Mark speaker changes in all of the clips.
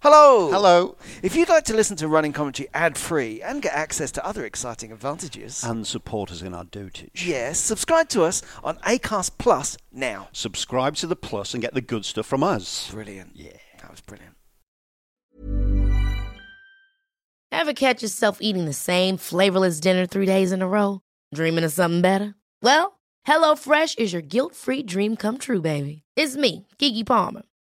Speaker 1: Hello.
Speaker 2: Hello.
Speaker 1: If you'd like to listen to running commentary ad free and get access to other exciting advantages,
Speaker 2: And support us in our dotage.
Speaker 1: yes, subscribe to us on Acast Plus now.
Speaker 2: Subscribe to the Plus and get the good stuff from us.
Speaker 1: Brilliant. Yeah. That was brilliant.
Speaker 3: Ever catch yourself eating the same flavorless dinner three days in a row? Dreaming of something better? Well, HelloFresh is your guilt free dream come true, baby. It's me, Kiki Palmer.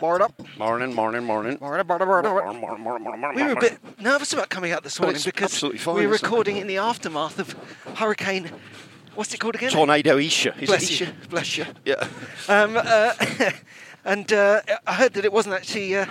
Speaker 1: Board up.
Speaker 2: Morning, morning, morning.
Speaker 1: Morning, morning, morning, morning. We were a
Speaker 2: bit.
Speaker 1: bit nervous about coming out this
Speaker 2: But
Speaker 1: morning
Speaker 2: it's
Speaker 1: because
Speaker 2: absolutely fine,
Speaker 1: we're
Speaker 2: isn't it?
Speaker 1: recording in the aftermath of Hurricane. What's it called again?
Speaker 2: Tornado Isha. Is it
Speaker 1: Bless
Speaker 2: Isha?
Speaker 1: you. Bless you.
Speaker 2: Yeah.
Speaker 1: Um, uh, and uh, I heard that it wasn't actually. Uh,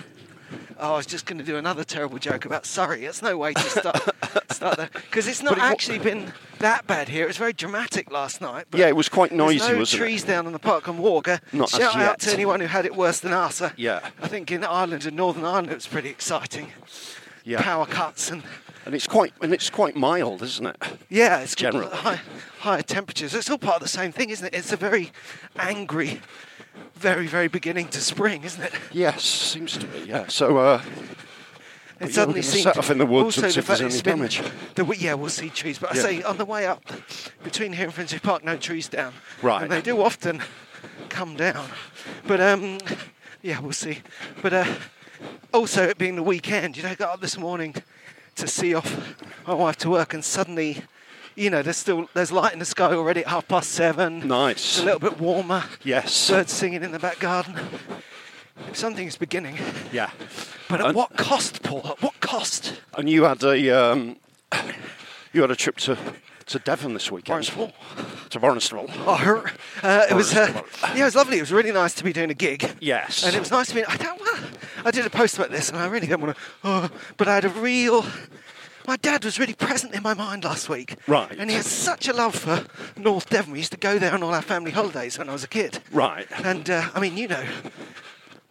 Speaker 1: oh, I was just going to do another terrible joke about Surrey. It's no way to start start there because it's not
Speaker 2: But it wa-
Speaker 1: actually been that bad here. It was very dramatic last night. But
Speaker 2: Yeah, it was quite
Speaker 1: there's
Speaker 2: noisy,
Speaker 1: no
Speaker 2: wasn't
Speaker 1: trees down in the park and Walker.
Speaker 2: Not as
Speaker 1: Shout out
Speaker 2: yet.
Speaker 1: to anyone who had it worse than us. I-
Speaker 2: Yeah.
Speaker 1: I think in Ireland and Northern Ireland it was pretty exciting.
Speaker 2: it? Yeah.
Speaker 1: Power cuts and
Speaker 2: And it's quite and it's quite mild, isn't it?
Speaker 1: yeah, it's got
Speaker 2: Generally.
Speaker 1: high, higher temperatures. It's all part of the same thing, isn't it? It's a very angry, very very beginning to spring, isn't it?
Speaker 2: Yes, seems to be. Yeah. So uh, But
Speaker 1: It
Speaker 2: you're
Speaker 1: suddenly
Speaker 2: gonna
Speaker 1: seemed
Speaker 2: set off in the woods
Speaker 1: also
Speaker 2: and see if
Speaker 1: fact
Speaker 2: there's
Speaker 1: it's
Speaker 2: any
Speaker 1: been-
Speaker 2: damage.
Speaker 1: The, w- yeah, we'll see trees. But
Speaker 2: Yeah.
Speaker 1: I say on the way up between here and Finsbury Park, no trees down.
Speaker 2: Right.
Speaker 1: And they do often come down. But um, yeah, we'll see. But uh, also it being the weekend, you know, I got up this morning to see off my wife to work, and suddenly, you know, there's still there's light in the sky already at half past seven. It's
Speaker 2: nice.
Speaker 1: a little bit warmer.
Speaker 2: yes.
Speaker 1: Birds singing in the back garden. Something's beginning.
Speaker 2: Yeah.
Speaker 1: But at
Speaker 2: And-
Speaker 1: what cost, Paul? At what cost?
Speaker 2: And you had a um, you had a trip to to Devon this weekend.
Speaker 1: Barnstaple.
Speaker 2: To Barnstable.
Speaker 1: Oh, her, uh, it was uh,
Speaker 2: Barnstable.
Speaker 1: yeah, it was lovely. It was really nice to be doing a gig.
Speaker 2: Yes.
Speaker 1: and it was nice to be. I don't. Well, I did a post about this, and I really don't want to. Oh, but I had a real. My dad was really present in my mind last week.
Speaker 2: Right.
Speaker 1: And he has such a love for North Devon. We used to go there on all our family holidays when I was a kid.
Speaker 2: Right.
Speaker 1: And uh, I mean, you know,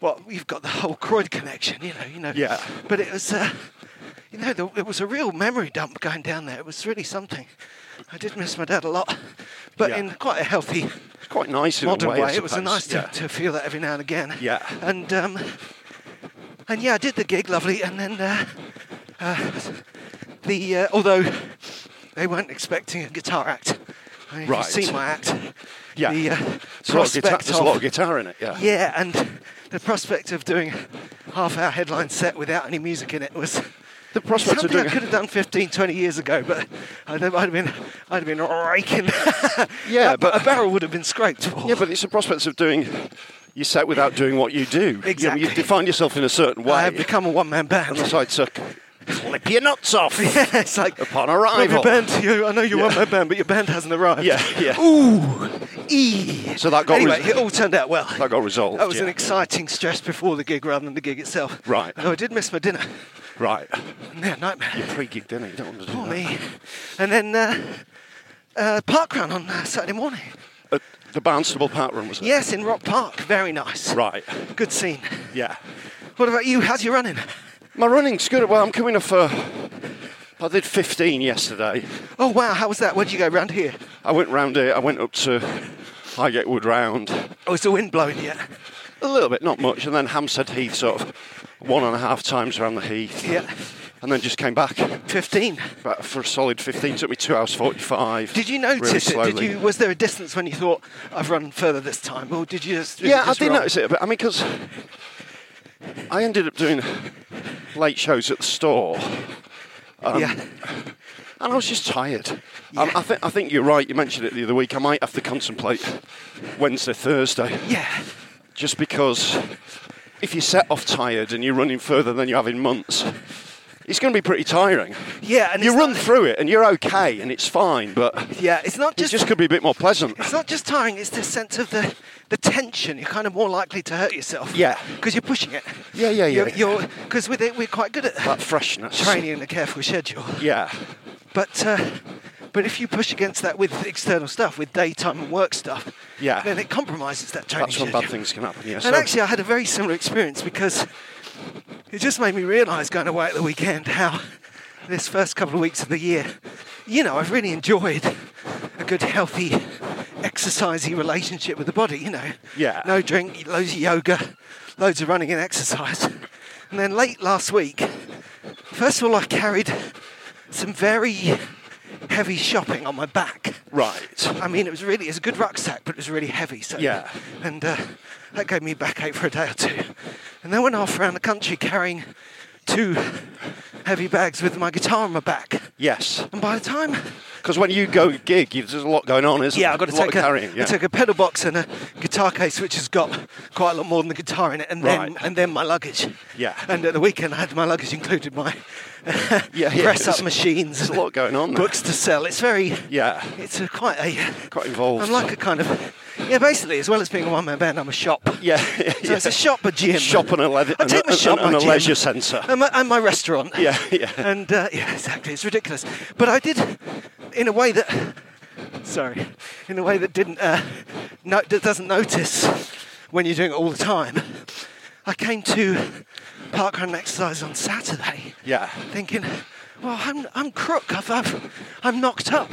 Speaker 1: well, you've got the whole Croyd connection, you know, you know.
Speaker 2: Yeah.
Speaker 1: But it was, uh, you know, the, it was a real memory dump going down there. It was really something. I did miss my dad a lot, but
Speaker 2: Yeah.
Speaker 1: in quite a healthy,
Speaker 2: It's quite nice in
Speaker 1: modern
Speaker 2: a way.
Speaker 1: way.
Speaker 2: I
Speaker 1: It was a
Speaker 2: suppose.
Speaker 1: nice to,
Speaker 2: Yeah.
Speaker 1: to feel that every now and again.
Speaker 2: Yeah.
Speaker 1: And um, and yeah, I did the gig, lovely, and then uh, uh, the uh, although they weren't expecting a guitar act. I mean, if
Speaker 2: Right.
Speaker 1: You've seen my act.
Speaker 2: Yeah.
Speaker 1: The uh,
Speaker 2: There's a, lot of
Speaker 1: prospect
Speaker 2: guitar, there's a lot
Speaker 1: of-
Speaker 2: of guitar in it. Yeah.
Speaker 1: yeah, and the prospect of doing half hour headline set without any music in it was
Speaker 2: The prospect of
Speaker 1: something
Speaker 2: doing
Speaker 1: I could have done 15, 20 years ago, but I'd have, I'd have been I'd have been raking.
Speaker 2: Yeah,
Speaker 1: That-
Speaker 2: but-
Speaker 1: a barrel would have been scraped. Paul.
Speaker 2: Yeah, but it's the prospects of doing your set without doing what you do. You, know,
Speaker 1: Exactly.
Speaker 2: you define yourself in a certain way.
Speaker 1: I have become a one man band.
Speaker 2: and as I took, flip your nuts off.
Speaker 1: yeah, it's like
Speaker 2: Upon
Speaker 1: love your
Speaker 2: arrival.
Speaker 1: band. You, I know you're one man band, but your band hasn't arrived.
Speaker 2: Yeah, yeah.
Speaker 1: Ooh, e.
Speaker 2: So that got
Speaker 1: anyway.
Speaker 2: res-
Speaker 1: it all turned out well.
Speaker 2: That got resolved.
Speaker 1: That was an
Speaker 2: yeah.
Speaker 1: exciting stress before the gig rather than the gig itself.
Speaker 2: Right.
Speaker 1: Though I did miss my dinner.
Speaker 2: right.
Speaker 1: Yeah, nightmare.
Speaker 2: You pre-gig dinner. You don't want to do
Speaker 1: Poor
Speaker 2: that.
Speaker 1: me. And then uh, uh, park run on uh, Saturday morning.
Speaker 2: At the Barnstable Park Room was it?
Speaker 1: Yes, in Rock Park. Very nice.
Speaker 2: Right.
Speaker 1: Good scene.
Speaker 2: Yeah.
Speaker 1: What about you? How's your running?
Speaker 2: My running's good. Well, I'm coming off. Uh, I did 15 yesterday.
Speaker 1: Oh wow, how was that? Where'd you go round here?
Speaker 2: I went round here. I went up to Highgate Wood Round.
Speaker 1: Oh, is the wind blowing yet?
Speaker 2: A little bit, not much, and then Hampstead Heath sort of one and a half times around the heath.
Speaker 1: Yeah.
Speaker 2: And then just came back
Speaker 1: Fifteen.
Speaker 2: about for a solid 15. Took me two hours 45.
Speaker 1: Did you
Speaker 2: really
Speaker 1: notice it?
Speaker 2: slowly.
Speaker 1: Did you? Was there a distance when you thought I've run further this time, or did you just? did you
Speaker 2: yeah, I
Speaker 1: just
Speaker 2: did
Speaker 1: roll?
Speaker 2: notice it a bit. I mean, because I
Speaker 1: Um,
Speaker 2: ended up doing late shows at the store.
Speaker 1: yeah.
Speaker 2: And I was just tired. Um, I, think I think you're right. You mentioned it the other week. I might have to contemplate Wednesday, Thursday,
Speaker 1: Yeah.
Speaker 2: just because if you set off tired and you're running further than you have in months, it's going to be pretty tiring.
Speaker 1: Yeah, and
Speaker 2: you
Speaker 1: it's
Speaker 2: run
Speaker 1: not-
Speaker 2: through it and you're okay and it's fine, but
Speaker 1: Yeah, it's not
Speaker 2: it
Speaker 1: just,
Speaker 2: just could be a bit more pleasant.
Speaker 1: it's not just tiring, it's the sense of the, the tension. You're kind of more likely to hurt yourself.
Speaker 2: Yeah.
Speaker 1: Because you're pushing it.
Speaker 2: Yeah, yeah, yeah.
Speaker 1: You're because with it we're quite good at
Speaker 2: That freshness.
Speaker 1: training and a careful schedule.
Speaker 2: Yeah.
Speaker 1: But uh, but if you push against that with external stuff, with daytime and work stuff,
Speaker 2: Yeah.
Speaker 1: then it compromises that training.
Speaker 2: That's when bad
Speaker 1: schedule.
Speaker 2: things can happen. Yeah.
Speaker 1: And actually, I had a very similar experience because it just made me realise going away at the weekend how this first couple of weeks of the year, you know, I've really enjoyed a good, healthy, exercisey relationship with the body, you know.
Speaker 2: Yeah.
Speaker 1: No drink, loads of yoga, loads of running and exercise. And then late last week, first of all, I carried some very heavy shopping on my back.
Speaker 2: right.
Speaker 1: I mean, it was really it was a good rucksack, but it was really heavy. So
Speaker 2: Yeah.
Speaker 1: and uh, that gave me backache for a day or two. And then went off around the country carrying two heavy bags with my guitar on my back.
Speaker 2: Yes.
Speaker 1: And by the time,
Speaker 2: Because when you go gig, you- there's a lot going on, isn't
Speaker 1: yeah,
Speaker 2: there?
Speaker 1: I got to
Speaker 2: a lot
Speaker 1: take
Speaker 2: of
Speaker 1: a,
Speaker 2: carrying. Yeah.
Speaker 1: I took a pedal box and a guitar case, which has got quite a lot more than the guitar in it, and then
Speaker 2: Right.
Speaker 1: and then my luggage.
Speaker 2: Yeah.
Speaker 1: And at the weekend, I had my luggage included my
Speaker 2: Yeah, yeah,
Speaker 1: press
Speaker 2: there's-
Speaker 1: up machines,
Speaker 2: there's a lot going on there.
Speaker 1: books to sell. It's very
Speaker 2: Yeah.
Speaker 1: It's a, quite a
Speaker 2: Quite involved.
Speaker 1: I'm like a kind of yeah, basically as well as being a one man band, I'm a shop.
Speaker 2: Yeah.
Speaker 1: So it's a shop, a gym,
Speaker 2: Shop and a leather-
Speaker 1: I take
Speaker 2: and a-
Speaker 1: my shop
Speaker 2: and a
Speaker 1: my gym,
Speaker 2: leisure centre.
Speaker 1: and my, and my restaurant.
Speaker 2: Yeah, yeah.
Speaker 1: And uh, yeah, exactly. It's ridiculous, but I did in a way that sorry, in a way that didn't uh, no, that doesn't notice when you're doing it all the time. I came to parkrun and exercise on Saturday
Speaker 2: Yeah.
Speaker 1: thinking, well, I'm, I'm crook. I've, I've, I'm knocked up.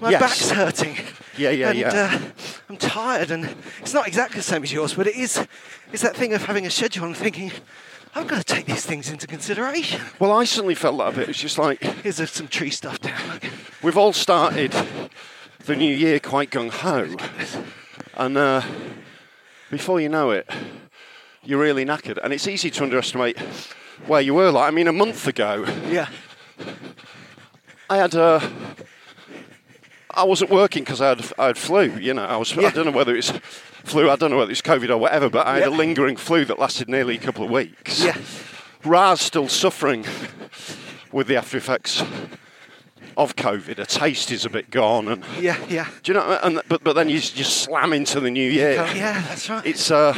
Speaker 1: My
Speaker 2: Yes.
Speaker 1: back's hurting.
Speaker 2: Yeah, yeah,
Speaker 1: and,
Speaker 2: yeah.
Speaker 1: Uh, I'm tired, and it's not exactly the same as yours, but it is. It's that thing of having a schedule and thinking, I've got to take these things into consideration.
Speaker 2: Well, I certainly felt that a bit. It's just like
Speaker 1: Here's uh, some tree stuff down.
Speaker 2: we've all started the new year quite gung ho, and uh, before you know it, you're really knackered. And it's easy to underestimate where you were. Like, I mean, a month ago,
Speaker 1: Yeah,
Speaker 2: I had Uh, I wasn't working because I had I had flu. You know, I was. I
Speaker 1: Yeah.
Speaker 2: don't know whether it's flu. I don't know whether it's COVID or whatever. But I had a
Speaker 1: Yeah.
Speaker 2: lingering flu that lasted nearly a couple of weeks.
Speaker 1: Yeah.
Speaker 2: Ra's still suffering with the after effects of COVID. Her taste is a bit gone, and
Speaker 1: yeah, yeah.
Speaker 2: do you know? And but but then you just slam into the new year.
Speaker 1: Oh, yeah, that's right.
Speaker 2: It's uh,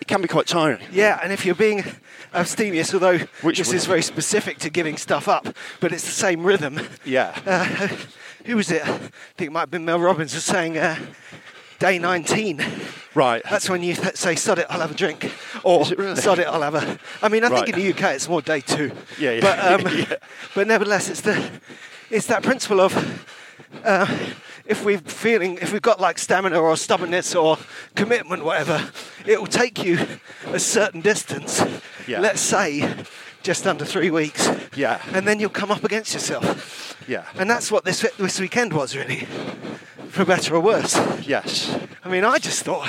Speaker 2: it can be quite tiring.
Speaker 1: Yeah, and if you're being abstemious, although
Speaker 2: Which
Speaker 1: this
Speaker 2: would-
Speaker 1: is very specific to giving stuff up, but it's the same rhythm.
Speaker 2: Yeah.
Speaker 1: Uh, who was it? I think it might have been Mel Robbins was saying uh, day 19.
Speaker 2: Right.
Speaker 1: That's when you th- say, sod it, I'll have a drink. Or,
Speaker 2: Is it really?
Speaker 1: sod it, I'll have a. I mean, I
Speaker 2: Right.
Speaker 1: think in the UK it's more day two.
Speaker 2: Yeah, yeah.
Speaker 1: But, um,
Speaker 2: Yeah.
Speaker 1: but nevertheless, it's, the, it's that principle of uh, if we're feeling, if we've got like stamina or stubbornness or commitment, whatever, it will take you a certain distance.
Speaker 2: Yeah.
Speaker 1: Let's say just under three weeks.
Speaker 2: Yeah.
Speaker 1: And then you'll come up against yourself.
Speaker 2: yeah.
Speaker 1: And that's what this, this weekend was really, for better or worse.
Speaker 2: yes.
Speaker 1: I mean, I just thought,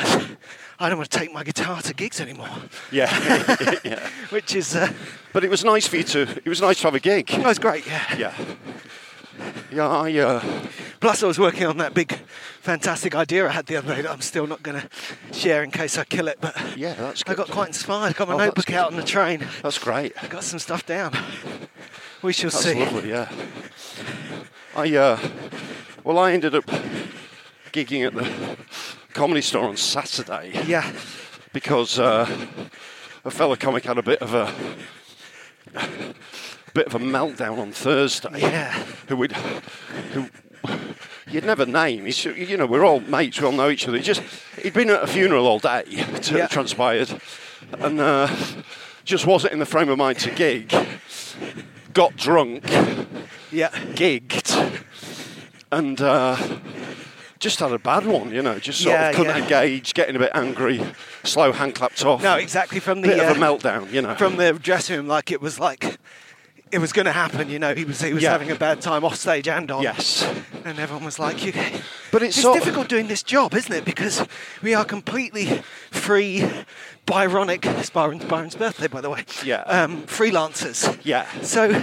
Speaker 1: I don't want to take my guitar to gigs anymore,
Speaker 2: Yeah. yeah.
Speaker 1: which is, uh,
Speaker 2: But it was nice for you to. It was nice to have a gig.
Speaker 1: that was great, yeah.
Speaker 2: Yeah. Yeah. I. Uh,
Speaker 1: Plus, I was working on that big, fantastic idea I had the other day that I'm still not going to share in case I kill it, but
Speaker 2: yeah. That's.
Speaker 1: I
Speaker 2: Good.
Speaker 1: got quite inspired. Got my
Speaker 2: Oh, that's
Speaker 1: notebook
Speaker 2: good.
Speaker 1: out on the train,
Speaker 2: That's great.
Speaker 1: got some stuff down. We shall
Speaker 2: That's
Speaker 1: see.
Speaker 2: lovely. Yeah. I. Uh, well, I ended up gigging at the comedy store on Saturday.
Speaker 1: Yeah,
Speaker 2: because uh, a fellow comic had a bit of a bit of a meltdown on Thursday.
Speaker 1: Yeah.
Speaker 2: Who would who you'd never name. He's, you know, we're all mates. We all know each other. He just he'd been at a funeral all day. To,
Speaker 1: Yeah.
Speaker 2: Transpired, and uh, just wasn't in the frame of mind to gig. Got drunk,
Speaker 1: yeah,
Speaker 2: gigged, and. Uh, just had a bad one, you know. Just sort
Speaker 1: Yeah,
Speaker 2: of couldn't
Speaker 1: yeah.
Speaker 2: engage, getting a bit angry, slow hand clapped off
Speaker 1: no, exactly from the
Speaker 2: bit of
Speaker 1: uh,
Speaker 2: a meltdown, you know.
Speaker 1: from the dressing room, like it was like it was going to happen. You know, he was he was
Speaker 2: Yeah.
Speaker 1: having a bad time off stage and on.
Speaker 2: yes,
Speaker 1: and everyone was like, "You."
Speaker 2: But it's
Speaker 1: it's
Speaker 2: sort of-
Speaker 1: difficult doing this job, isn't it? Because we are completely free, Byronic. It's Byron's, Byron's birthday, by the way.
Speaker 2: Yeah.
Speaker 1: Um, freelancers.
Speaker 2: Yeah.
Speaker 1: So,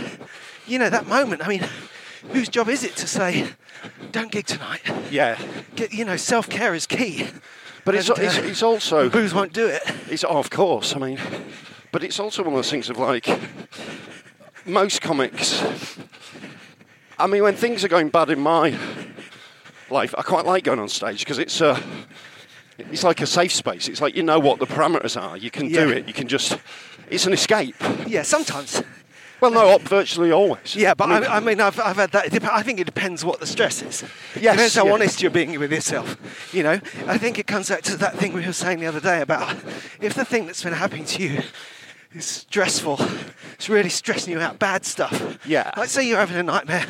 Speaker 1: you know, that moment. I mean, whose job is it to say, don't gig tonight?
Speaker 2: Yeah.
Speaker 1: Get, you know, self care is key.
Speaker 2: But it's,
Speaker 1: And,
Speaker 2: it's,
Speaker 1: uh,
Speaker 2: it's also,
Speaker 1: Booze won't do it.
Speaker 2: it's oh, of course, I mean, but it's also one of those things of like, most comics, I mean, when things are going bad in my life, I quite like going on stage because it's Uh, it's like a safe space. It's like you know what the parameters are. You can do
Speaker 1: Yeah.
Speaker 2: it. You can just. It's an escape.
Speaker 1: Yeah, sometimes.
Speaker 2: Well, no, op- virtually always.
Speaker 1: Yeah, but
Speaker 2: I mean-
Speaker 1: I, I mean, I've, I've had that. it dep- I think it depends what the stress is.
Speaker 2: Yes,
Speaker 1: depends how
Speaker 2: yeah.
Speaker 1: honest you're being with yourself. You know, I think it comes back to that thing we were saying the other day about if the thing that's been happening to you is stressful, it's really stressing you out, bad stuff.
Speaker 2: Yeah.
Speaker 1: Like, say you're having a nightmare,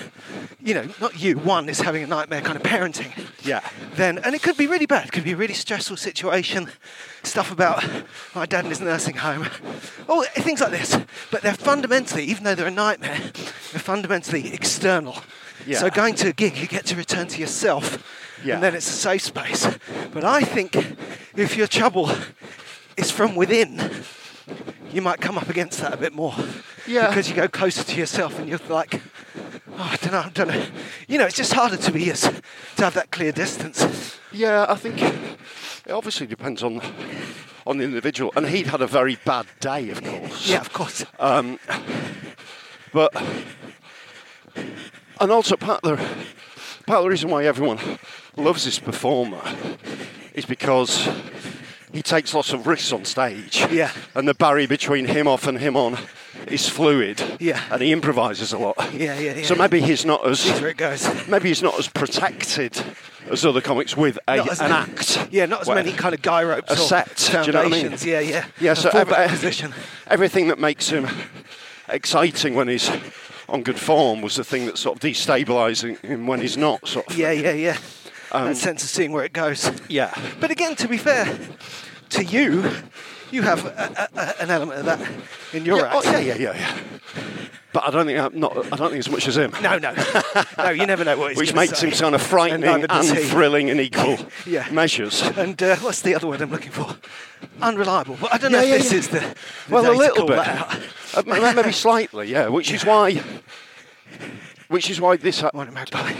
Speaker 1: you know, not you, one is having a nightmare kind of parenting.
Speaker 2: Yeah.
Speaker 1: Then, and it could be really bad, it could be a really stressful situation, stuff about my dad in his nursing home, all things like this. But they're fundamentally, even though they're a nightmare, they're fundamentally external.
Speaker 2: Yeah.
Speaker 1: So going to a gig, you get to return to yourself,
Speaker 2: Yeah.
Speaker 1: and then it's a safe space. But I think if your trouble is from within, you might come up against that a bit more.
Speaker 2: Yeah.
Speaker 1: Because you go closer to yourself and you're like, oh, I don't know, I don't know. You know, it's just harder to be as, to have that clear distance.
Speaker 2: Yeah, I think it obviously depends on on the individual, and he'd had a very bad day, of course.
Speaker 1: Yeah, of course.
Speaker 2: Um, but and also part of the part of the reason why everyone loves this performer is because he takes lots of risks on stage.
Speaker 1: Yeah.
Speaker 2: And the barrier between him off and him on is fluid.
Speaker 1: Yeah.
Speaker 2: And he improvises a lot.
Speaker 1: Yeah, yeah, yeah.
Speaker 2: So maybe he's not as
Speaker 1: That's where it goes.
Speaker 2: maybe he's not as protected as other comics with a,
Speaker 1: Not as
Speaker 2: an
Speaker 1: many-
Speaker 2: act.
Speaker 1: Yeah, not as
Speaker 2: Where
Speaker 1: many kind of guy ropes
Speaker 2: A
Speaker 1: or
Speaker 2: set, do you know what I mean?
Speaker 1: foundations. Yeah, yeah.
Speaker 2: Yeah,
Speaker 1: A
Speaker 2: so
Speaker 1: fallback
Speaker 2: every-
Speaker 1: position.
Speaker 2: everything that makes him exciting when he's on good form was the thing that sort of destabilising him when he's not. Sort of.
Speaker 1: Yeah, yeah, yeah. that sense of seeing where it goes.
Speaker 2: Um, Yeah.
Speaker 1: But again, to be fair to you, you have a, a, a, an element of that in your
Speaker 2: Yeah,
Speaker 1: act.
Speaker 2: oh, yeah, yeah, yeah, yeah. But I don't think I'm not. I don't think as much as him.
Speaker 1: No, no, no. You never know what he's
Speaker 2: Which
Speaker 1: gonna
Speaker 2: makes
Speaker 1: say.
Speaker 2: him sound of frightening
Speaker 1: neither
Speaker 2: and,
Speaker 1: does he.
Speaker 2: thrilling in equal
Speaker 1: Yeah.
Speaker 2: measures.
Speaker 1: And uh, what's the other word I'm looking for? Unreliable. Well, I don't know
Speaker 2: Yeah,
Speaker 1: if
Speaker 2: yeah,
Speaker 1: this
Speaker 2: yeah.
Speaker 1: is the, the
Speaker 2: well,
Speaker 1: day
Speaker 2: a
Speaker 1: to
Speaker 2: little
Speaker 1: call
Speaker 2: bit.
Speaker 1: that out.
Speaker 2: Uh, m- Maybe slightly, yeah. Which is why, which is why this uh,
Speaker 1: I want a magpie.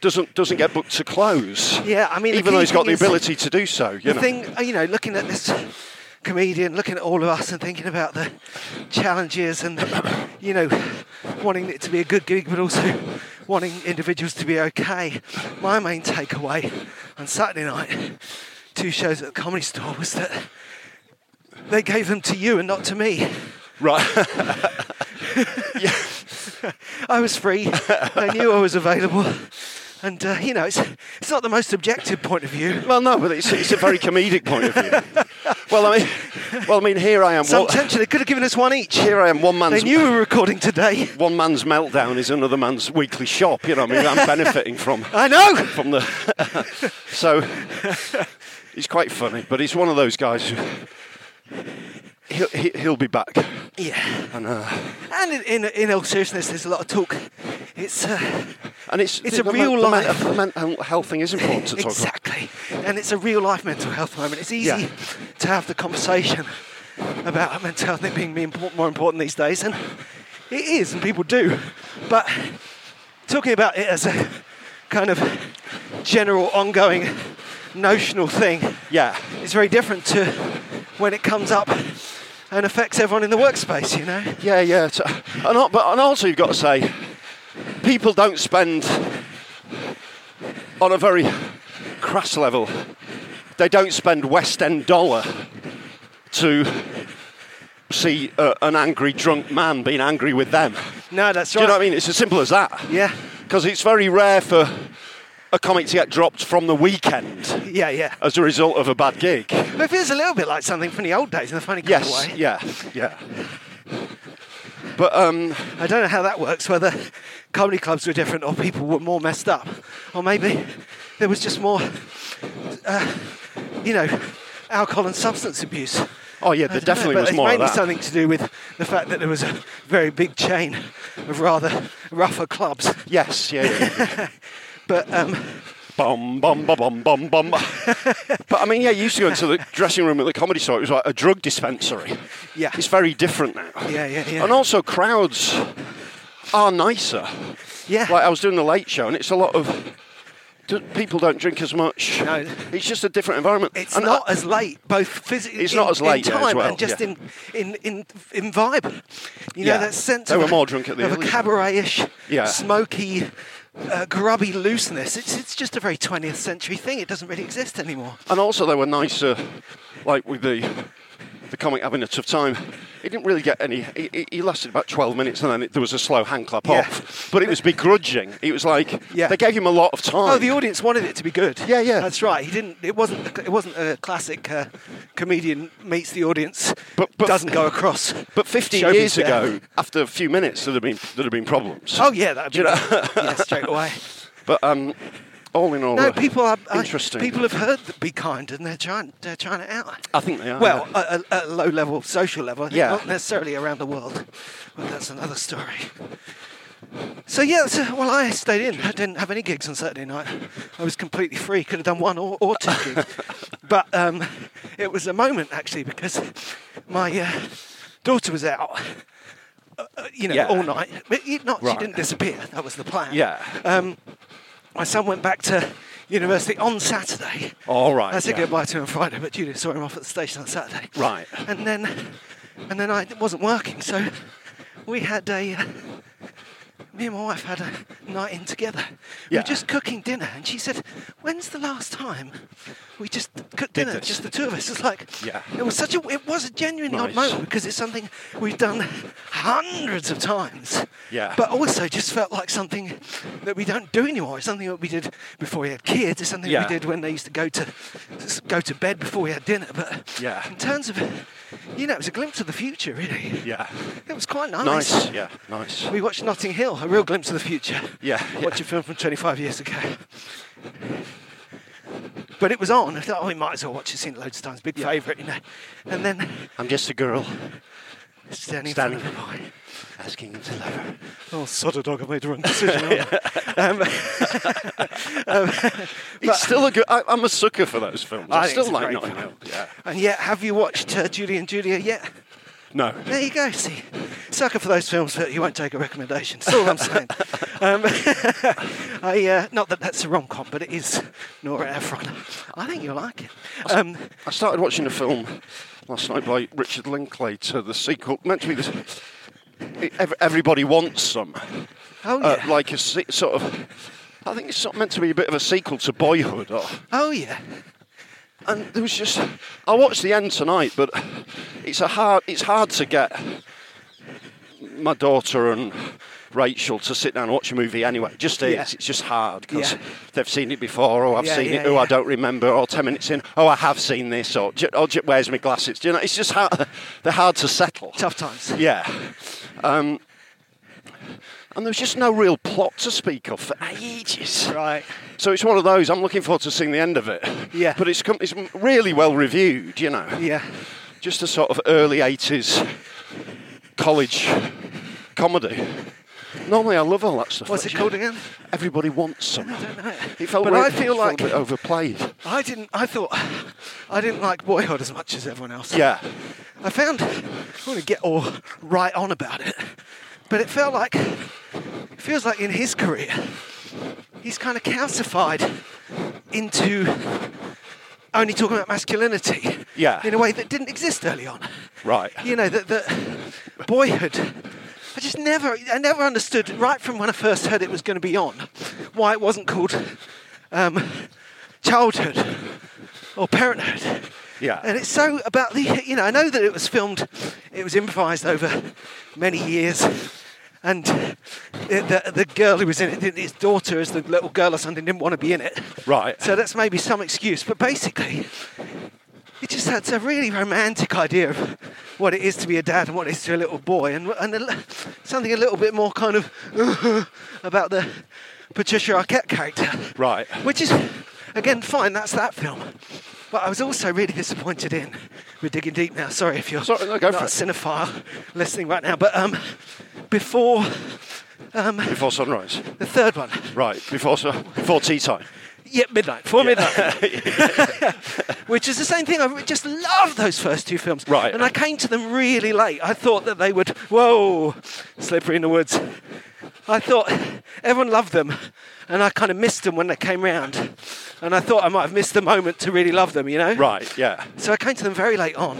Speaker 2: doesn't doesn't get booked to close.
Speaker 1: Yeah, I mean, the
Speaker 2: even though
Speaker 1: key
Speaker 2: he's got
Speaker 1: thing
Speaker 2: the
Speaker 1: is-
Speaker 2: ability to do so, you
Speaker 1: The
Speaker 2: know.
Speaker 1: thing, uh, you know, looking at this comedian, looking at all of us, and thinking about the challenges, and you know, wanting it to be a good gig, but also wanting individuals to be okay. My main takeaway on Saturday night, two shows at the Comedy Store, was that they gave them to you and not to me.
Speaker 2: right?
Speaker 1: I was free. I knew I was available. And, uh, you know, it's, it's not the most objective point of view.
Speaker 2: well, no, but it's, it's a very comedic point of view. well, I mean, well, I mean, here I am.
Speaker 1: Some
Speaker 2: one-
Speaker 1: tension. They could have given us one each.
Speaker 2: here I am, one man's.
Speaker 1: They knew we were recording today.
Speaker 2: one man's meltdown is another man's weekly shop. You know, I mean, I'm benefiting from
Speaker 1: I know.
Speaker 2: from the. so he's quite funny, but he's one of those guys. Who, he'll, he- he'll be back,
Speaker 1: Yeah.
Speaker 2: and uh,
Speaker 1: And in, in, in all seriousness, there's a lot of talk. It's uh,
Speaker 2: and it's
Speaker 1: It's
Speaker 2: the-
Speaker 1: a
Speaker 2: the
Speaker 1: real
Speaker 2: men-
Speaker 1: life.
Speaker 2: The mental health thing is important to talk about.
Speaker 1: exactly, and it's a real life mental health moment. It's easy
Speaker 2: Yeah.
Speaker 1: to have the conversation about mental health it being me impor- more important these days, and it is, and people do. But talking about it as a kind of general, ongoing, notional thing
Speaker 2: Yeah,
Speaker 1: is very different to when it comes up and affects everyone in the workspace. You know?
Speaker 2: yeah, yeah. So, and, al- but, and also, you've got to say, people don't spend on a very crass level. They don't spend West End dollar to see uh, an angry drunk man being angry with them.
Speaker 1: No, that's
Speaker 2: Do
Speaker 1: right.
Speaker 2: you know what I mean? It's as simple as that.
Speaker 1: Yeah.
Speaker 2: Because it's very rare for a comic to get dropped from the weekend
Speaker 1: Yeah, yeah.
Speaker 2: as a result of a bad gig.
Speaker 1: But it feels a little bit like something from the old days in a funny kind
Speaker 2: Yes.
Speaker 1: of way.
Speaker 2: Yeah. Yeah. But um,
Speaker 1: I don't know how that works, whether comedy clubs were different or people were more messed up. Or maybe there was just more, uh, you know, alcohol and substance abuse.
Speaker 2: oh yeah, there
Speaker 1: I don't know,
Speaker 2: definitely
Speaker 1: but
Speaker 2: was
Speaker 1: it's
Speaker 2: more of
Speaker 1: mainly
Speaker 2: that.
Speaker 1: something to do with the fact that there was a very big chain of rather rougher clubs.
Speaker 2: Yes. Yeah. yeah, yeah.
Speaker 1: But um,
Speaker 2: bum bum bum bum bum bum. but I mean, yeah, you used to go into the dressing room at the comedy store. It was like a drug dispensary.
Speaker 1: Yeah.
Speaker 2: It's very different now.
Speaker 1: Yeah, yeah, yeah.
Speaker 2: And also crowds are nicer.
Speaker 1: Yeah.
Speaker 2: Like I was doing the late show, and it's a lot of d- people don't drink as much.
Speaker 1: No.
Speaker 2: It's just a different environment.
Speaker 1: It's
Speaker 2: And I-
Speaker 1: not as late, both physically.
Speaker 2: It's not as late,
Speaker 1: in
Speaker 2: yeah, as
Speaker 1: time
Speaker 2: well,
Speaker 1: and just
Speaker 2: yeah.
Speaker 1: in, in in in vibe. You know
Speaker 2: Yeah.
Speaker 1: that sense.
Speaker 2: They
Speaker 1: of
Speaker 2: were
Speaker 1: a-
Speaker 2: more drunk at the
Speaker 1: of a
Speaker 2: early-
Speaker 1: cabaret-ish,
Speaker 2: Yeah.
Speaker 1: smoky, uh, grubby looseness. It's it's just a very 20th century thing. It doesn't really exist anymore.
Speaker 2: And also, they were nicer, like with the the comic having a tough time. He didn't really get any. He, he- he lasted about 12 minutes, and then it, there was a slow hand clap
Speaker 1: Yeah.
Speaker 2: off. But it was begrudging. It was like
Speaker 1: Yeah.
Speaker 2: they gave him a lot of time.
Speaker 1: Oh, the audience wanted it to be good.
Speaker 2: Yeah, yeah.
Speaker 1: That's right. He didn't. It wasn't. It wasn't a classic uh, comedian meets the audience,
Speaker 2: But- but-
Speaker 1: doesn't go across.
Speaker 2: but 15
Speaker 1: Showbiz
Speaker 2: years
Speaker 1: there.
Speaker 2: ago, after a few minutes, there'd have been there'd have been problems.
Speaker 1: Oh yeah, that'd be
Speaker 2: Do you know?
Speaker 1: yeah, straight away.
Speaker 2: But um, all in all,
Speaker 1: No,
Speaker 2: uh,
Speaker 1: people are I-
Speaker 2: interesting.
Speaker 1: people have heard that be kind, and they're trying they're trying it out.
Speaker 2: I think they are.
Speaker 1: Well,
Speaker 2: yeah.
Speaker 1: at, at a low level, social level,
Speaker 2: Yeah.
Speaker 1: yeah. not necessarily around the world, but that's another story. So yeah, so, well, I stayed in. I didn't have any gigs on Saturday night. I was completely free. Could have done one or, or two gigs, but um, it was a moment actually because my uh, daughter was out. uh, Uh, you know,
Speaker 2: Yeah.
Speaker 1: all night. But it- not
Speaker 2: Right.
Speaker 1: she didn't disappear. That was the plan.
Speaker 2: Yeah.
Speaker 1: Um, my son went back to university on Saturday.
Speaker 2: All right,
Speaker 1: I said
Speaker 2: yeah.
Speaker 1: goodbye to him Friday, but Judith saw him off at the station on Saturday.
Speaker 2: Right.
Speaker 1: And then, and then I it wasn't working, so we had a. uh, Me and my wife had a night in together. We
Speaker 2: Yeah.
Speaker 1: were just cooking dinner, and she said, "When's the last time we just cooked
Speaker 2: Did
Speaker 1: dinner,
Speaker 2: this."
Speaker 1: just the two of us?" It's like,
Speaker 2: Yeah.
Speaker 1: it was such a, it was a genuinely odd
Speaker 2: Nice.
Speaker 1: moment because it's something we've done hundreds of times.
Speaker 2: Yeah.
Speaker 1: But also just felt like something that we don't do anymore. It's something that we did before we had kids. It's something
Speaker 2: Yeah.
Speaker 1: we did when they used to go to go to bed before we had dinner. But
Speaker 2: Yeah.
Speaker 1: in terms of, you know, it was a glimpse of the future, really.
Speaker 2: yeah,
Speaker 1: It was quite uh, nice.
Speaker 2: nice. Yeah, nice.
Speaker 1: We watched Notting Hill, a real glimpse of the future.
Speaker 2: Yeah, yeah.
Speaker 1: Watch a film from 25 years ago. But it was on. I thought, oh, we might as well watch it. Seen it loads of times. Big favourite, you know. And then
Speaker 2: I'm just a girl
Speaker 1: standing,
Speaker 2: standing
Speaker 1: in front of the boy.
Speaker 2: asking him to love her.
Speaker 1: Oh, sod a dog, I made the wrong decision. haven't I? um, um,
Speaker 2: It's still a good. I, I'm a sucker for those films. I,
Speaker 1: I think
Speaker 2: still
Speaker 1: it's a
Speaker 2: like
Speaker 1: great
Speaker 2: Notting Hill.
Speaker 1: film.
Speaker 2: Yeah.
Speaker 1: and yet, have you watched uh, Julie and Julia yet?
Speaker 2: No.
Speaker 1: There you go. See, sucker for those films, but you won't take a recommendation. That's all I'm saying. um, I, uh, not that that's a rom com, but it is Nora Ephron. I think you'll like it. Um,
Speaker 2: I started watching a film last night by Richard Linklater, the sequel meant to be the. Ev- Everybody wants some,
Speaker 1: oh
Speaker 2: uh,
Speaker 1: yeah.
Speaker 2: like a se- sort of. I think it's sort of meant to be a bit of a sequel to Boyhood. Or,
Speaker 1: oh yeah.
Speaker 2: and there was just. I watched the end tonight, but it's a hard. It's hard to get my daughter and Rachel to sit down and watch a movie anyway. It Just is.
Speaker 1: Yeah.
Speaker 2: It's just hard because
Speaker 1: Yeah.
Speaker 2: they've seen it before, or I've
Speaker 1: Yeah,
Speaker 2: seen
Speaker 1: yeah,
Speaker 2: it, or I
Speaker 1: yeah.
Speaker 2: don't remember, or ten minutes in, oh I have seen this, or, "Ju- oh, ju- where's my glasses? Do you know, it's just hard. They're hard to settle.
Speaker 1: Tough times.
Speaker 2: Yeah. Um, and there's just no real plot to speak of for ages.
Speaker 1: Right.
Speaker 2: So it's one of those. I'm looking forward to seeing the end of it.
Speaker 1: Yeah.
Speaker 2: But it's com- it's really well reviewed, you know.
Speaker 1: Yeah.
Speaker 2: Just a sort of early '80s college comedy. Normally, I love all that stuff.
Speaker 1: What's it
Speaker 2: but, you
Speaker 1: called
Speaker 2: know,
Speaker 1: again?
Speaker 2: Everybody wants some. I
Speaker 1: don't know.
Speaker 2: It felt
Speaker 1: But
Speaker 2: weird-
Speaker 1: I feel
Speaker 2: it felt
Speaker 1: like-
Speaker 2: a bit overplayed.
Speaker 1: I didn't. I thought I didn't like Boyhood as much as everyone else.
Speaker 2: Yeah.
Speaker 1: I found I want to get all right on about it, but it felt like it feels like in his career, he's kind of calcified into only talking about masculinity.
Speaker 2: Yeah.
Speaker 1: In a way that didn't exist early on.
Speaker 2: Right.
Speaker 1: You know that that boyhood. I just never I never understood right from when I first heard it was going to be on why it wasn't called um, childhood or parenthood.
Speaker 2: Yeah.
Speaker 1: And it's so about the, you know, I know that it was filmed, it was improvised over many years. And the, the, the girl who was in it, his daughter, as the little girl or something, didn't want to be in it.
Speaker 2: Right.
Speaker 1: So that's maybe some excuse. But basically, it just had a really romantic idea of what it is to be a dad and what it is to a little boy, and, and a, li- something a little bit more kind of about the Patricia Arquette character.
Speaker 2: Right.
Speaker 1: Which is, again, fine, that's that film. But I was also really disappointed in. We're digging deep now, sorry if you're
Speaker 2: Sorry, no, go
Speaker 1: not
Speaker 2: for
Speaker 1: a
Speaker 2: it.
Speaker 1: cinephile listening right now. But um, before
Speaker 2: Before sunrise.
Speaker 1: the third one,
Speaker 2: Right. Before su- before tea time.
Speaker 1: yeah, midnight, before midnight. Which is the same thing. I just love those first two films.
Speaker 2: Right.
Speaker 1: And I came to them really late. I thought that they would, whoa, slippery in the woods. I thought everyone loved them, and I kind of missed them when they came round. And I thought I might have missed the moment to really love them, you know?
Speaker 2: Right, yeah.
Speaker 1: So I came to them very late on,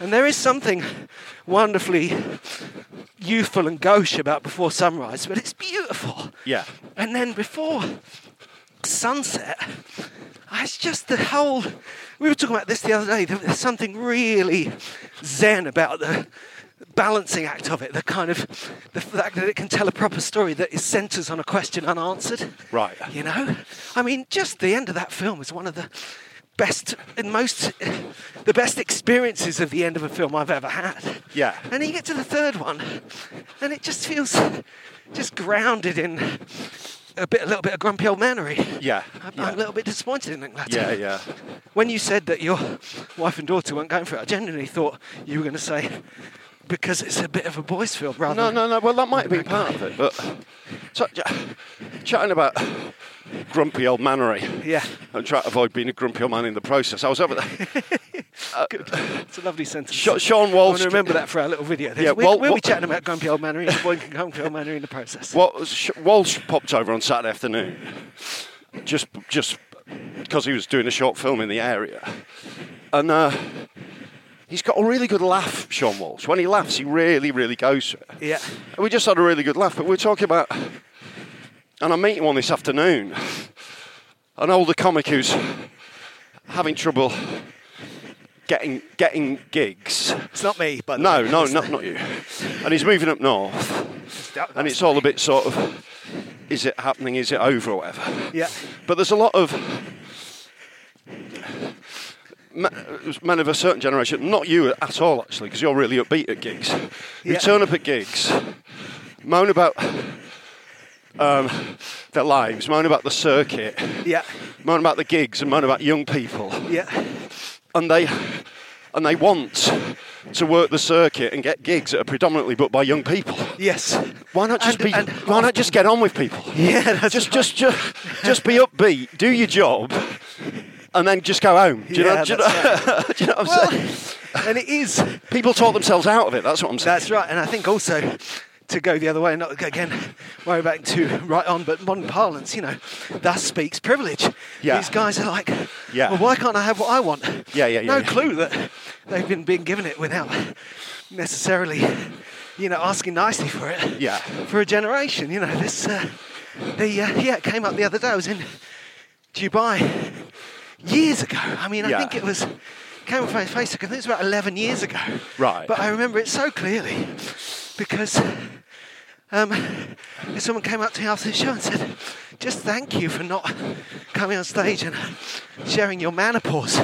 Speaker 1: and there is something wonderfully youthful and gauche about Before Sunrise, but it's beautiful.
Speaker 2: Yeah.
Speaker 1: And then before sunset, it's just the whole. We were talking about this the other day. there- There's something really zen about the balancing act of it. The kind of the fact that it can tell a proper story that is centres on a question unanswered.
Speaker 2: Right.
Speaker 1: You know, I mean, just the end of that film is one of the best and most the best experiences of the end of a film I've ever had.
Speaker 2: Yeah.
Speaker 1: And then you get to the third one, and it just feels just grounded in a bit, a little bit of grumpy old manery.
Speaker 2: Yeah,
Speaker 1: I'm,
Speaker 2: yeah.
Speaker 1: I'm a little bit disappointed in that.
Speaker 2: Yeah, yeah.
Speaker 1: When you said that your wife and daughter weren't going for it, I genuinely thought you were going to say because it's a bit of a boys' film rather.
Speaker 2: No,
Speaker 1: than-
Speaker 2: no, no. Well, that might have been part of it, but so, ch- chatting about grumpy old mannery.
Speaker 1: Yeah.
Speaker 2: And try to avoid being a grumpy old man in the process. I was over there.
Speaker 1: It's a lovely sentence.
Speaker 2: Sha- Sean
Speaker 1: I
Speaker 2: Walsh.
Speaker 1: want to remember that for our little video.
Speaker 2: Yeah,
Speaker 1: we'll,
Speaker 2: Wal-
Speaker 1: we'll
Speaker 2: Wal-
Speaker 1: be chatting about grumpy old manery and avoiding grumpy old manery in the process.
Speaker 2: Wa- Sh- Walsh popped over on Saturday afternoon, just just because he was doing a short film in the area, and uh, he's got a really good laugh. Sean Walsh. When he laughs, he really, really goes. for it.
Speaker 1: Yeah.
Speaker 2: And we just had a really good laugh, but we we're talking about, and I'm meeting one this afternoon, an older comic who's having trouble getting getting gigs.
Speaker 1: It's not me, but
Speaker 2: No, no, not not you. And he's moving up north, and it's all a bit sort of, is it happening? Is it over? Or whatever.
Speaker 1: Yeah.
Speaker 2: But there's a lot of me- men of a certain generation, not you at all actually, because you're really upbeat at gigs. You
Speaker 1: Yeah.
Speaker 2: turn up at gigs, moan about um, their lives, moan about the circuit,
Speaker 1: Yeah.
Speaker 2: moan about the gigs, and moan about young people
Speaker 1: Yeah.
Speaker 2: and they and they want to work the circuit and get gigs that are predominantly booked by young people.
Speaker 1: Yes.
Speaker 2: Why not just
Speaker 1: And-
Speaker 2: be?
Speaker 1: and-
Speaker 2: why not just get on with people?
Speaker 1: Yeah, that's
Speaker 2: just just just just be upbeat, do your job, and then just go home. Do you know?
Speaker 1: Yeah,
Speaker 2: Do you know,
Speaker 1: that's
Speaker 2: do you know what I'm saying?
Speaker 1: and it is.
Speaker 2: People talk themselves out of it. That's what I'm saying.
Speaker 1: That's right. And I think also to go the other way, and not again worry about too right on, but modern parlance, you know, thus speaks privilege.
Speaker 2: Yeah.
Speaker 1: These guys are like,
Speaker 2: Yeah.
Speaker 1: well, why can't I have what I want?
Speaker 2: Yeah, yeah, yeah,
Speaker 1: No
Speaker 2: yeah.
Speaker 1: clue that they've been being given it without necessarily, you know, asking nicely for it.
Speaker 2: Yeah.
Speaker 1: For a generation, you know, this, uh, the, uh, yeah, it came up the other day. I was in Dubai years ago. I mean,
Speaker 2: Yeah.
Speaker 1: I think it was came face Facebook. I think it was about eleven years ago.
Speaker 2: Right.
Speaker 1: But I remember it so clearly because um, someone came up to me after the show and said, "Just thank you for not coming on stage and sharing your menopause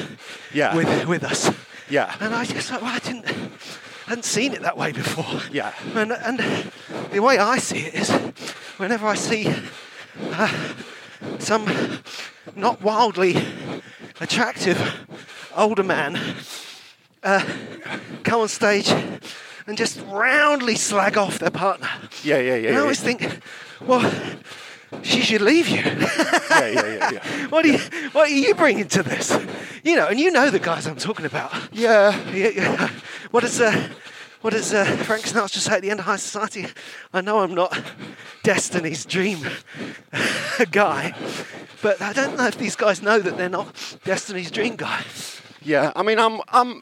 Speaker 2: Yeah.
Speaker 1: with with us."
Speaker 2: Yeah.
Speaker 1: And I just like, well, I didn't hadn't seen it that way before.
Speaker 2: Yeah.
Speaker 1: And and the way I see it is, whenever I see some not wildly attractive older man uh, come on stage and just roundly slag off their partner.
Speaker 2: Yeah, yeah, yeah,
Speaker 1: And
Speaker 2: yeah,
Speaker 1: I always
Speaker 2: yeah.
Speaker 1: think, well, she should leave you.
Speaker 2: Yeah, yeah, yeah, yeah.
Speaker 1: what, are you what are you bringing to this? You know, and you know the guys I'm talking about.
Speaker 2: yeah.
Speaker 1: Yeah, yeah. What does uh, what does uh, Frank Sinatra say at the end of High Society? I know I'm not Destiny's dream guy, but I don't know if these guys know that they're not Destiny's dream guy.
Speaker 2: Yeah, I mean, I'm, I'm,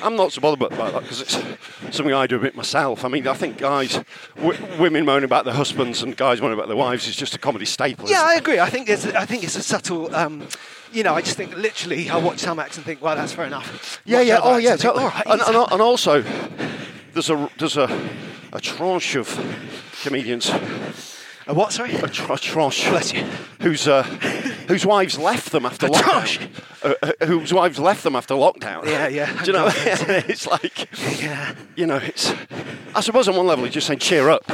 Speaker 2: I'm not so bothered about that because it's something I do a bit myself. I mean, I think guys, w- women moan about their husbands and guys moan about their wives is just a comedy staple.
Speaker 1: Yeah,
Speaker 2: isn't
Speaker 1: I
Speaker 2: it?
Speaker 1: agree. I think it's I think it's a subtle. Um, you know, I just think literally, I watch some acts and think, well, that's fair enough.
Speaker 2: yeah,
Speaker 1: Watch
Speaker 2: yeah.
Speaker 1: other
Speaker 2: Oh,
Speaker 1: acts
Speaker 2: yeah.
Speaker 1: and think,
Speaker 2: Totally.
Speaker 1: all right,
Speaker 2: and,
Speaker 1: he's-
Speaker 2: and, al- and also, there's a there's a, a tranche of comedians, a,
Speaker 1: Uh, what? Sorry.
Speaker 2: tr- a tranche,
Speaker 1: Bless you.
Speaker 2: whose uh, whose wives left them after
Speaker 1: A
Speaker 2: lockdown.
Speaker 1: tranche.
Speaker 2: Uh, uh, whose wives left them after lockdown.
Speaker 1: Yeah, yeah.
Speaker 2: Do you know? it's like
Speaker 1: Yeah.
Speaker 2: you know, it's. I suppose on one level, you're just saying cheer up.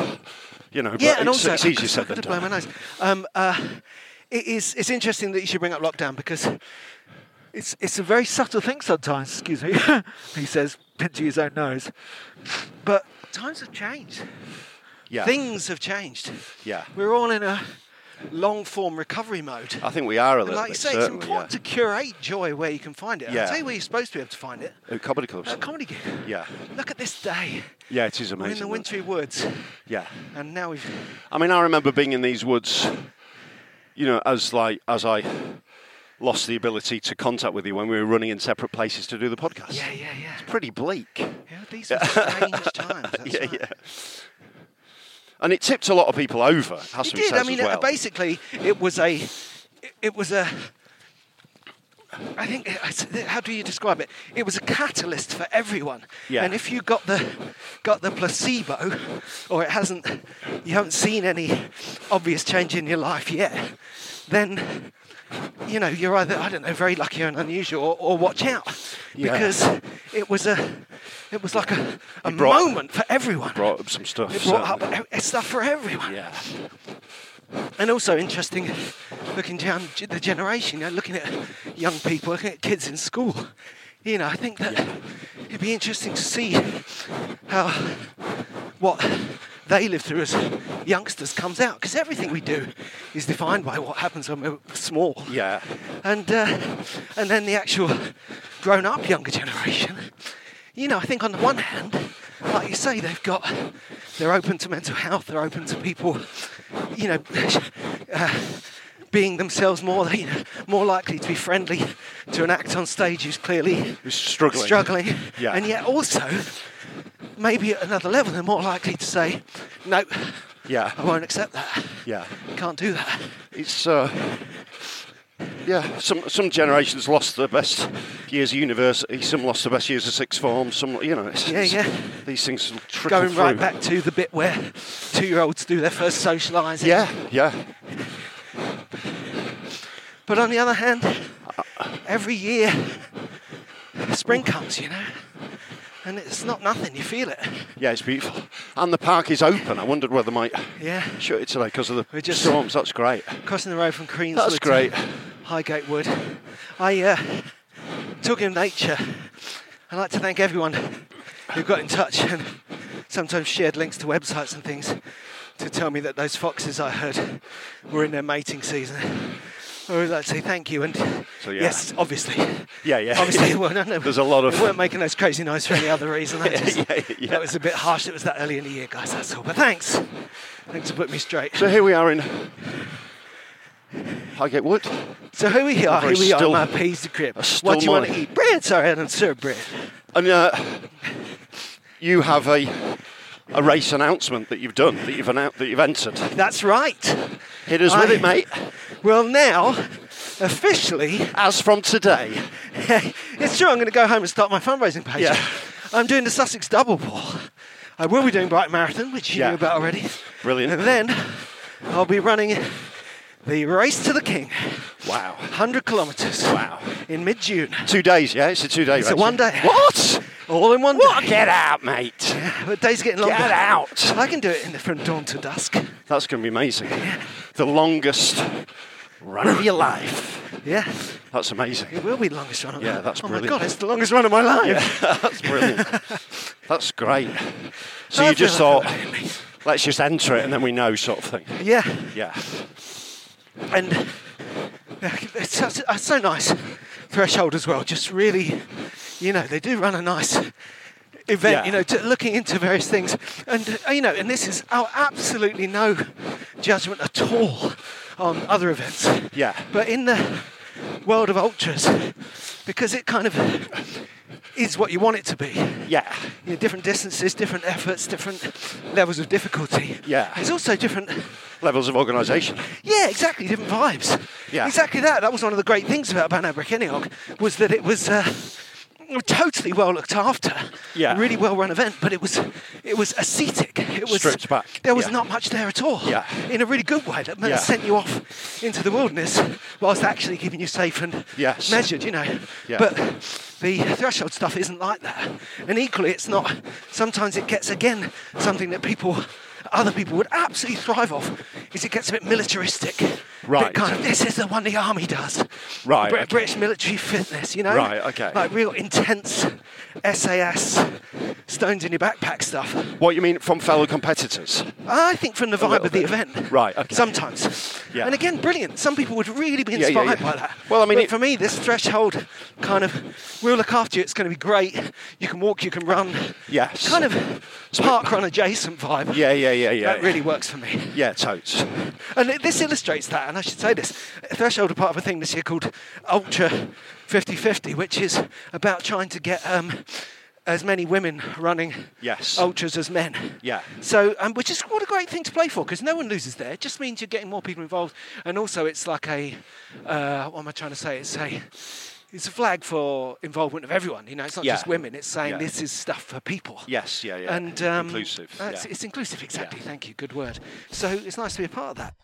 Speaker 2: You know,
Speaker 1: Yeah,
Speaker 2: but
Speaker 1: and
Speaker 2: it's,
Speaker 1: also
Speaker 2: it's
Speaker 1: I
Speaker 2: easier
Speaker 1: could- I
Speaker 2: said
Speaker 1: could
Speaker 2: than
Speaker 1: blow my
Speaker 2: done.
Speaker 1: nose. Um, uh, it is. It's interesting that you should bring up lockdown because it's it's a very subtle thing sometimes. Excuse me, he says, pinching his own nose. But times have changed.
Speaker 2: Yeah,
Speaker 1: Things have changed.
Speaker 2: Yeah.
Speaker 1: We're all in a long form recovery mode.
Speaker 2: I think we are a
Speaker 1: And
Speaker 2: little
Speaker 1: like you
Speaker 2: bit.
Speaker 1: say, it's
Speaker 2: certainly,
Speaker 1: important to curate joy where you can find it. And
Speaker 2: Yeah.
Speaker 1: I'll tell you where you're supposed to be able to find it.
Speaker 2: yeah. At comedy clubs.
Speaker 1: At comedy gig.
Speaker 2: Yeah.
Speaker 1: Look at this day.
Speaker 2: Yeah, it is
Speaker 1: We're
Speaker 2: amazing.
Speaker 1: in the
Speaker 2: that.
Speaker 1: wintry woods,
Speaker 2: Yeah.
Speaker 1: and now we've
Speaker 2: I mean, I remember being in these woods, you know, as like as I lost the ability to contact with you when we were running in separate places to do the podcast.
Speaker 1: yeah, yeah, yeah.
Speaker 2: Pretty bleak.
Speaker 1: Yeah, these are strange times. That's
Speaker 2: yeah,
Speaker 1: right.
Speaker 2: yeah. And it tipped a lot of people over. Has
Speaker 1: It
Speaker 2: to be
Speaker 1: did.
Speaker 2: said
Speaker 1: I mean,
Speaker 2: as
Speaker 1: uh,
Speaker 2: well.
Speaker 1: basically, it was a, it- it was a. I think I s- how do you describe it? It was a catalyst for everyone.
Speaker 2: Yeah.
Speaker 1: And if you got the, got the placebo, or it hasn't, you haven't seen any obvious change in your life yet, then, you know, you're either I don't know, very lucky and unusual, or, or watch out,
Speaker 2: Yeah.
Speaker 1: because it was a, it was like a, a
Speaker 2: It brought-
Speaker 1: moment for everyone.
Speaker 2: brought up some stuff.
Speaker 1: it brought up
Speaker 2: certainly.
Speaker 1: e- stuff for everyone.
Speaker 2: uh, Yeah.
Speaker 1: And also interesting, looking down g- the generation, you know, looking at young people, looking at kids in school. You know, I think that it'd be interesting to see how what they live through as youngsters comes out, because everything we do is defined by what happens when we're small.
Speaker 2: Yeah.
Speaker 1: And uh, and then the actual grown-up younger generation. You know, I think on the one hand, like you say, they've got they're open to mental health. They're open to people, you know, uh, being themselves more you know, more likely to be friendly to an act on stage who's clearly
Speaker 2: Who's struggling.
Speaker 1: struggling.
Speaker 2: Yeah.
Speaker 1: And yet also, maybe at another level, they're more likely to say, no,
Speaker 2: Yeah.
Speaker 1: I won't accept that.
Speaker 2: Yeah.
Speaker 1: Can't do that.
Speaker 2: It's uh, yeah. Some some generations lost their best years of university. Some lost the best years of sixth form. Some, you know, it's,
Speaker 1: Yeah,
Speaker 2: it's-
Speaker 1: yeah.
Speaker 2: These things will trickle
Speaker 1: Going right
Speaker 2: through.
Speaker 1: back to the bit where two-year-olds do their first socialising.
Speaker 2: Yeah, yeah,
Speaker 1: But on the other hand, every year, spring comes, you know, and it's not nothing. You feel it.
Speaker 2: yeah. It's beautiful, and the park is open. I wondered whether they might
Speaker 1: Yeah.
Speaker 2: shut it today because of
Speaker 1: We
Speaker 2: the
Speaker 1: just-
Speaker 2: storms. That's great.
Speaker 1: Crossing the road from Crean's
Speaker 2: That's
Speaker 1: Wood
Speaker 2: great.
Speaker 1: to Highgate Wood. I uh, took in nature. I'd like to thank everyone who got in touch and sometimes shared links to websites and things to tell me that those foxes I heard were in their mating season. I would like to say thank you and
Speaker 2: So, yeah.
Speaker 1: yes, obviously.
Speaker 2: Yeah, yeah.
Speaker 1: Obviously, well, no, no,
Speaker 2: There's a lot of-
Speaker 1: They weren't making those crazy noise for any other reason. I just,
Speaker 2: Yeah, yeah.
Speaker 1: That was a bit harsh. It was that early in the year, guys. That's all. But thanks. Thanks for putting me straight.
Speaker 2: So here we are in Highgate Wood.
Speaker 1: So here we are.
Speaker 2: Very
Speaker 1: Here we
Speaker 2: still-
Speaker 1: are. My peas the crib.
Speaker 2: still
Speaker 1: What do you want to
Speaker 2: morning.
Speaker 1: eat? Bread. Sorry, I don't serve bread.
Speaker 2: And uh, you have a a race announcement that you've done that you've announced that you've entered.
Speaker 1: That's right.
Speaker 2: Hit us with
Speaker 1: I-
Speaker 2: it, mate.
Speaker 1: Well, now, officially,
Speaker 2: As from today,
Speaker 1: it's true. I'm going to go home and start my fundraising page.
Speaker 2: Yeah.
Speaker 1: I'm doing the Sussex Double Ball. I will be doing Brighton Marathon, which you
Speaker 2: Yeah.
Speaker 1: knew about already.
Speaker 2: Brilliant.
Speaker 1: And then I'll be running the Race to the King,
Speaker 2: wow,
Speaker 1: 100 kilometres.
Speaker 2: Wow.
Speaker 1: In mid-June,
Speaker 2: two days. Yeah, it's a two-day.
Speaker 1: It's
Speaker 2: race.
Speaker 1: a one-day.
Speaker 2: What?
Speaker 1: all in one
Speaker 2: What?
Speaker 1: day.
Speaker 2: Get out, mate.
Speaker 1: The day's getting longer.
Speaker 2: Get out.
Speaker 1: I can do it in the, from dawn to dusk.
Speaker 2: That's going to be amazing. The longest run of your life.
Speaker 1: Yeah.
Speaker 2: That's amazing.
Speaker 1: It will be the longest run of
Speaker 2: Yeah, that's
Speaker 1: oh
Speaker 2: brilliant.
Speaker 1: my god, it's the longest run of my life.
Speaker 2: That's brilliant. That's great. So
Speaker 1: I
Speaker 2: you just
Speaker 1: feel
Speaker 2: thought,
Speaker 1: like I'm ready.
Speaker 2: let's just enter it and then we know, sort of thing.
Speaker 1: Yeah,
Speaker 2: Yeah.
Speaker 1: and uh, it's so, it's so nice. Threshold as well, just really, you know, they do run a nice event.
Speaker 2: Yeah.
Speaker 1: You know, to, looking into various things, and uh, you know, and this is our absolutely no judgment at all on other events.
Speaker 2: Yeah.
Speaker 1: but in the world of ultras, because it kind of is what you want it to be.
Speaker 2: Yeah.
Speaker 1: you know, different distances, different efforts, different levels of difficulty.
Speaker 2: Yeah.
Speaker 1: There's also different,
Speaker 2: Levels of organisation.
Speaker 1: yeah, exactly, different vibes.
Speaker 2: Yeah.
Speaker 1: Exactly that. That was one of the great things about Banabra Kenneog was that it was uh, totally well looked after.
Speaker 2: Yeah.
Speaker 1: Really well run event, but it was it was ascetic. It was
Speaker 2: Stripped back,
Speaker 1: There was
Speaker 2: yeah.
Speaker 1: not much there at all.
Speaker 2: Yeah.
Speaker 1: In a really good way that meant
Speaker 2: Yeah.
Speaker 1: sent you off into the wilderness whilst actually keeping you safe and
Speaker 2: Yes.
Speaker 1: measured, you know.
Speaker 2: Yeah.
Speaker 1: But the threshold stuff isn't like that. And equally, it's not. Sometimes it gets again something that people, other people would absolutely thrive off. Is it gets a bit militaristic,
Speaker 2: Right.
Speaker 1: Bit kind of this is the one the army does.
Speaker 2: Right,
Speaker 1: Brit-
Speaker 2: okay.
Speaker 1: British military fitness, you know.
Speaker 2: Right, okay.
Speaker 1: Like real intense SAS stones in your backpack stuff.
Speaker 2: What you mean from fellow competitors?
Speaker 1: I think from the vibe
Speaker 2: little
Speaker 1: of the
Speaker 2: bit.
Speaker 1: event.
Speaker 2: Right, okay.
Speaker 1: Sometimes.
Speaker 2: Yeah.
Speaker 1: And again, brilliant. Some people would really be
Speaker 2: Yeah, yeah,
Speaker 1: inspired
Speaker 2: yeah.
Speaker 1: by that.
Speaker 2: Well, I mean,
Speaker 1: But
Speaker 2: it-
Speaker 1: for me, this threshold kind of, we'll look after you. It's going to be great. You can walk, you can run.
Speaker 2: Yes.
Speaker 1: Kind of park run adjacent vibe.
Speaker 2: Yeah, yeah, yeah, yeah.
Speaker 1: That really works for me.
Speaker 2: Yeah, totes.
Speaker 1: And it- this illustrates that, and I should say this. Threshold are part of a thing this year called Ultra 50-50, which is about trying to get um, as many women running
Speaker 2: Yes.
Speaker 1: ultras as men.
Speaker 2: Yeah.
Speaker 1: So, um, which is what a great thing to play for, because no one loses there. It just means you're getting more people involved, and also it's like a, uh, what am I trying to say? It's a, it's a flag for involvement of everyone. You know, it's not
Speaker 2: Yeah.
Speaker 1: just women. It's saying
Speaker 2: Yeah.
Speaker 1: this is stuff for people.
Speaker 2: Yes, yeah, yeah.
Speaker 1: And um,
Speaker 2: Inclusive,
Speaker 1: that's-
Speaker 2: yeah.
Speaker 1: It's inclusive, exactly. Thank you. Good word. So it's nice to be a part of that.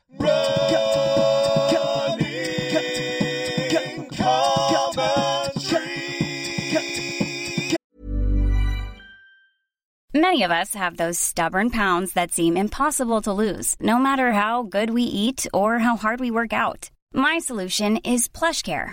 Speaker 4: Many of us have those stubborn pounds that seem impossible to lose, no matter how good we eat or how hard we work out. My solution is PlushCare.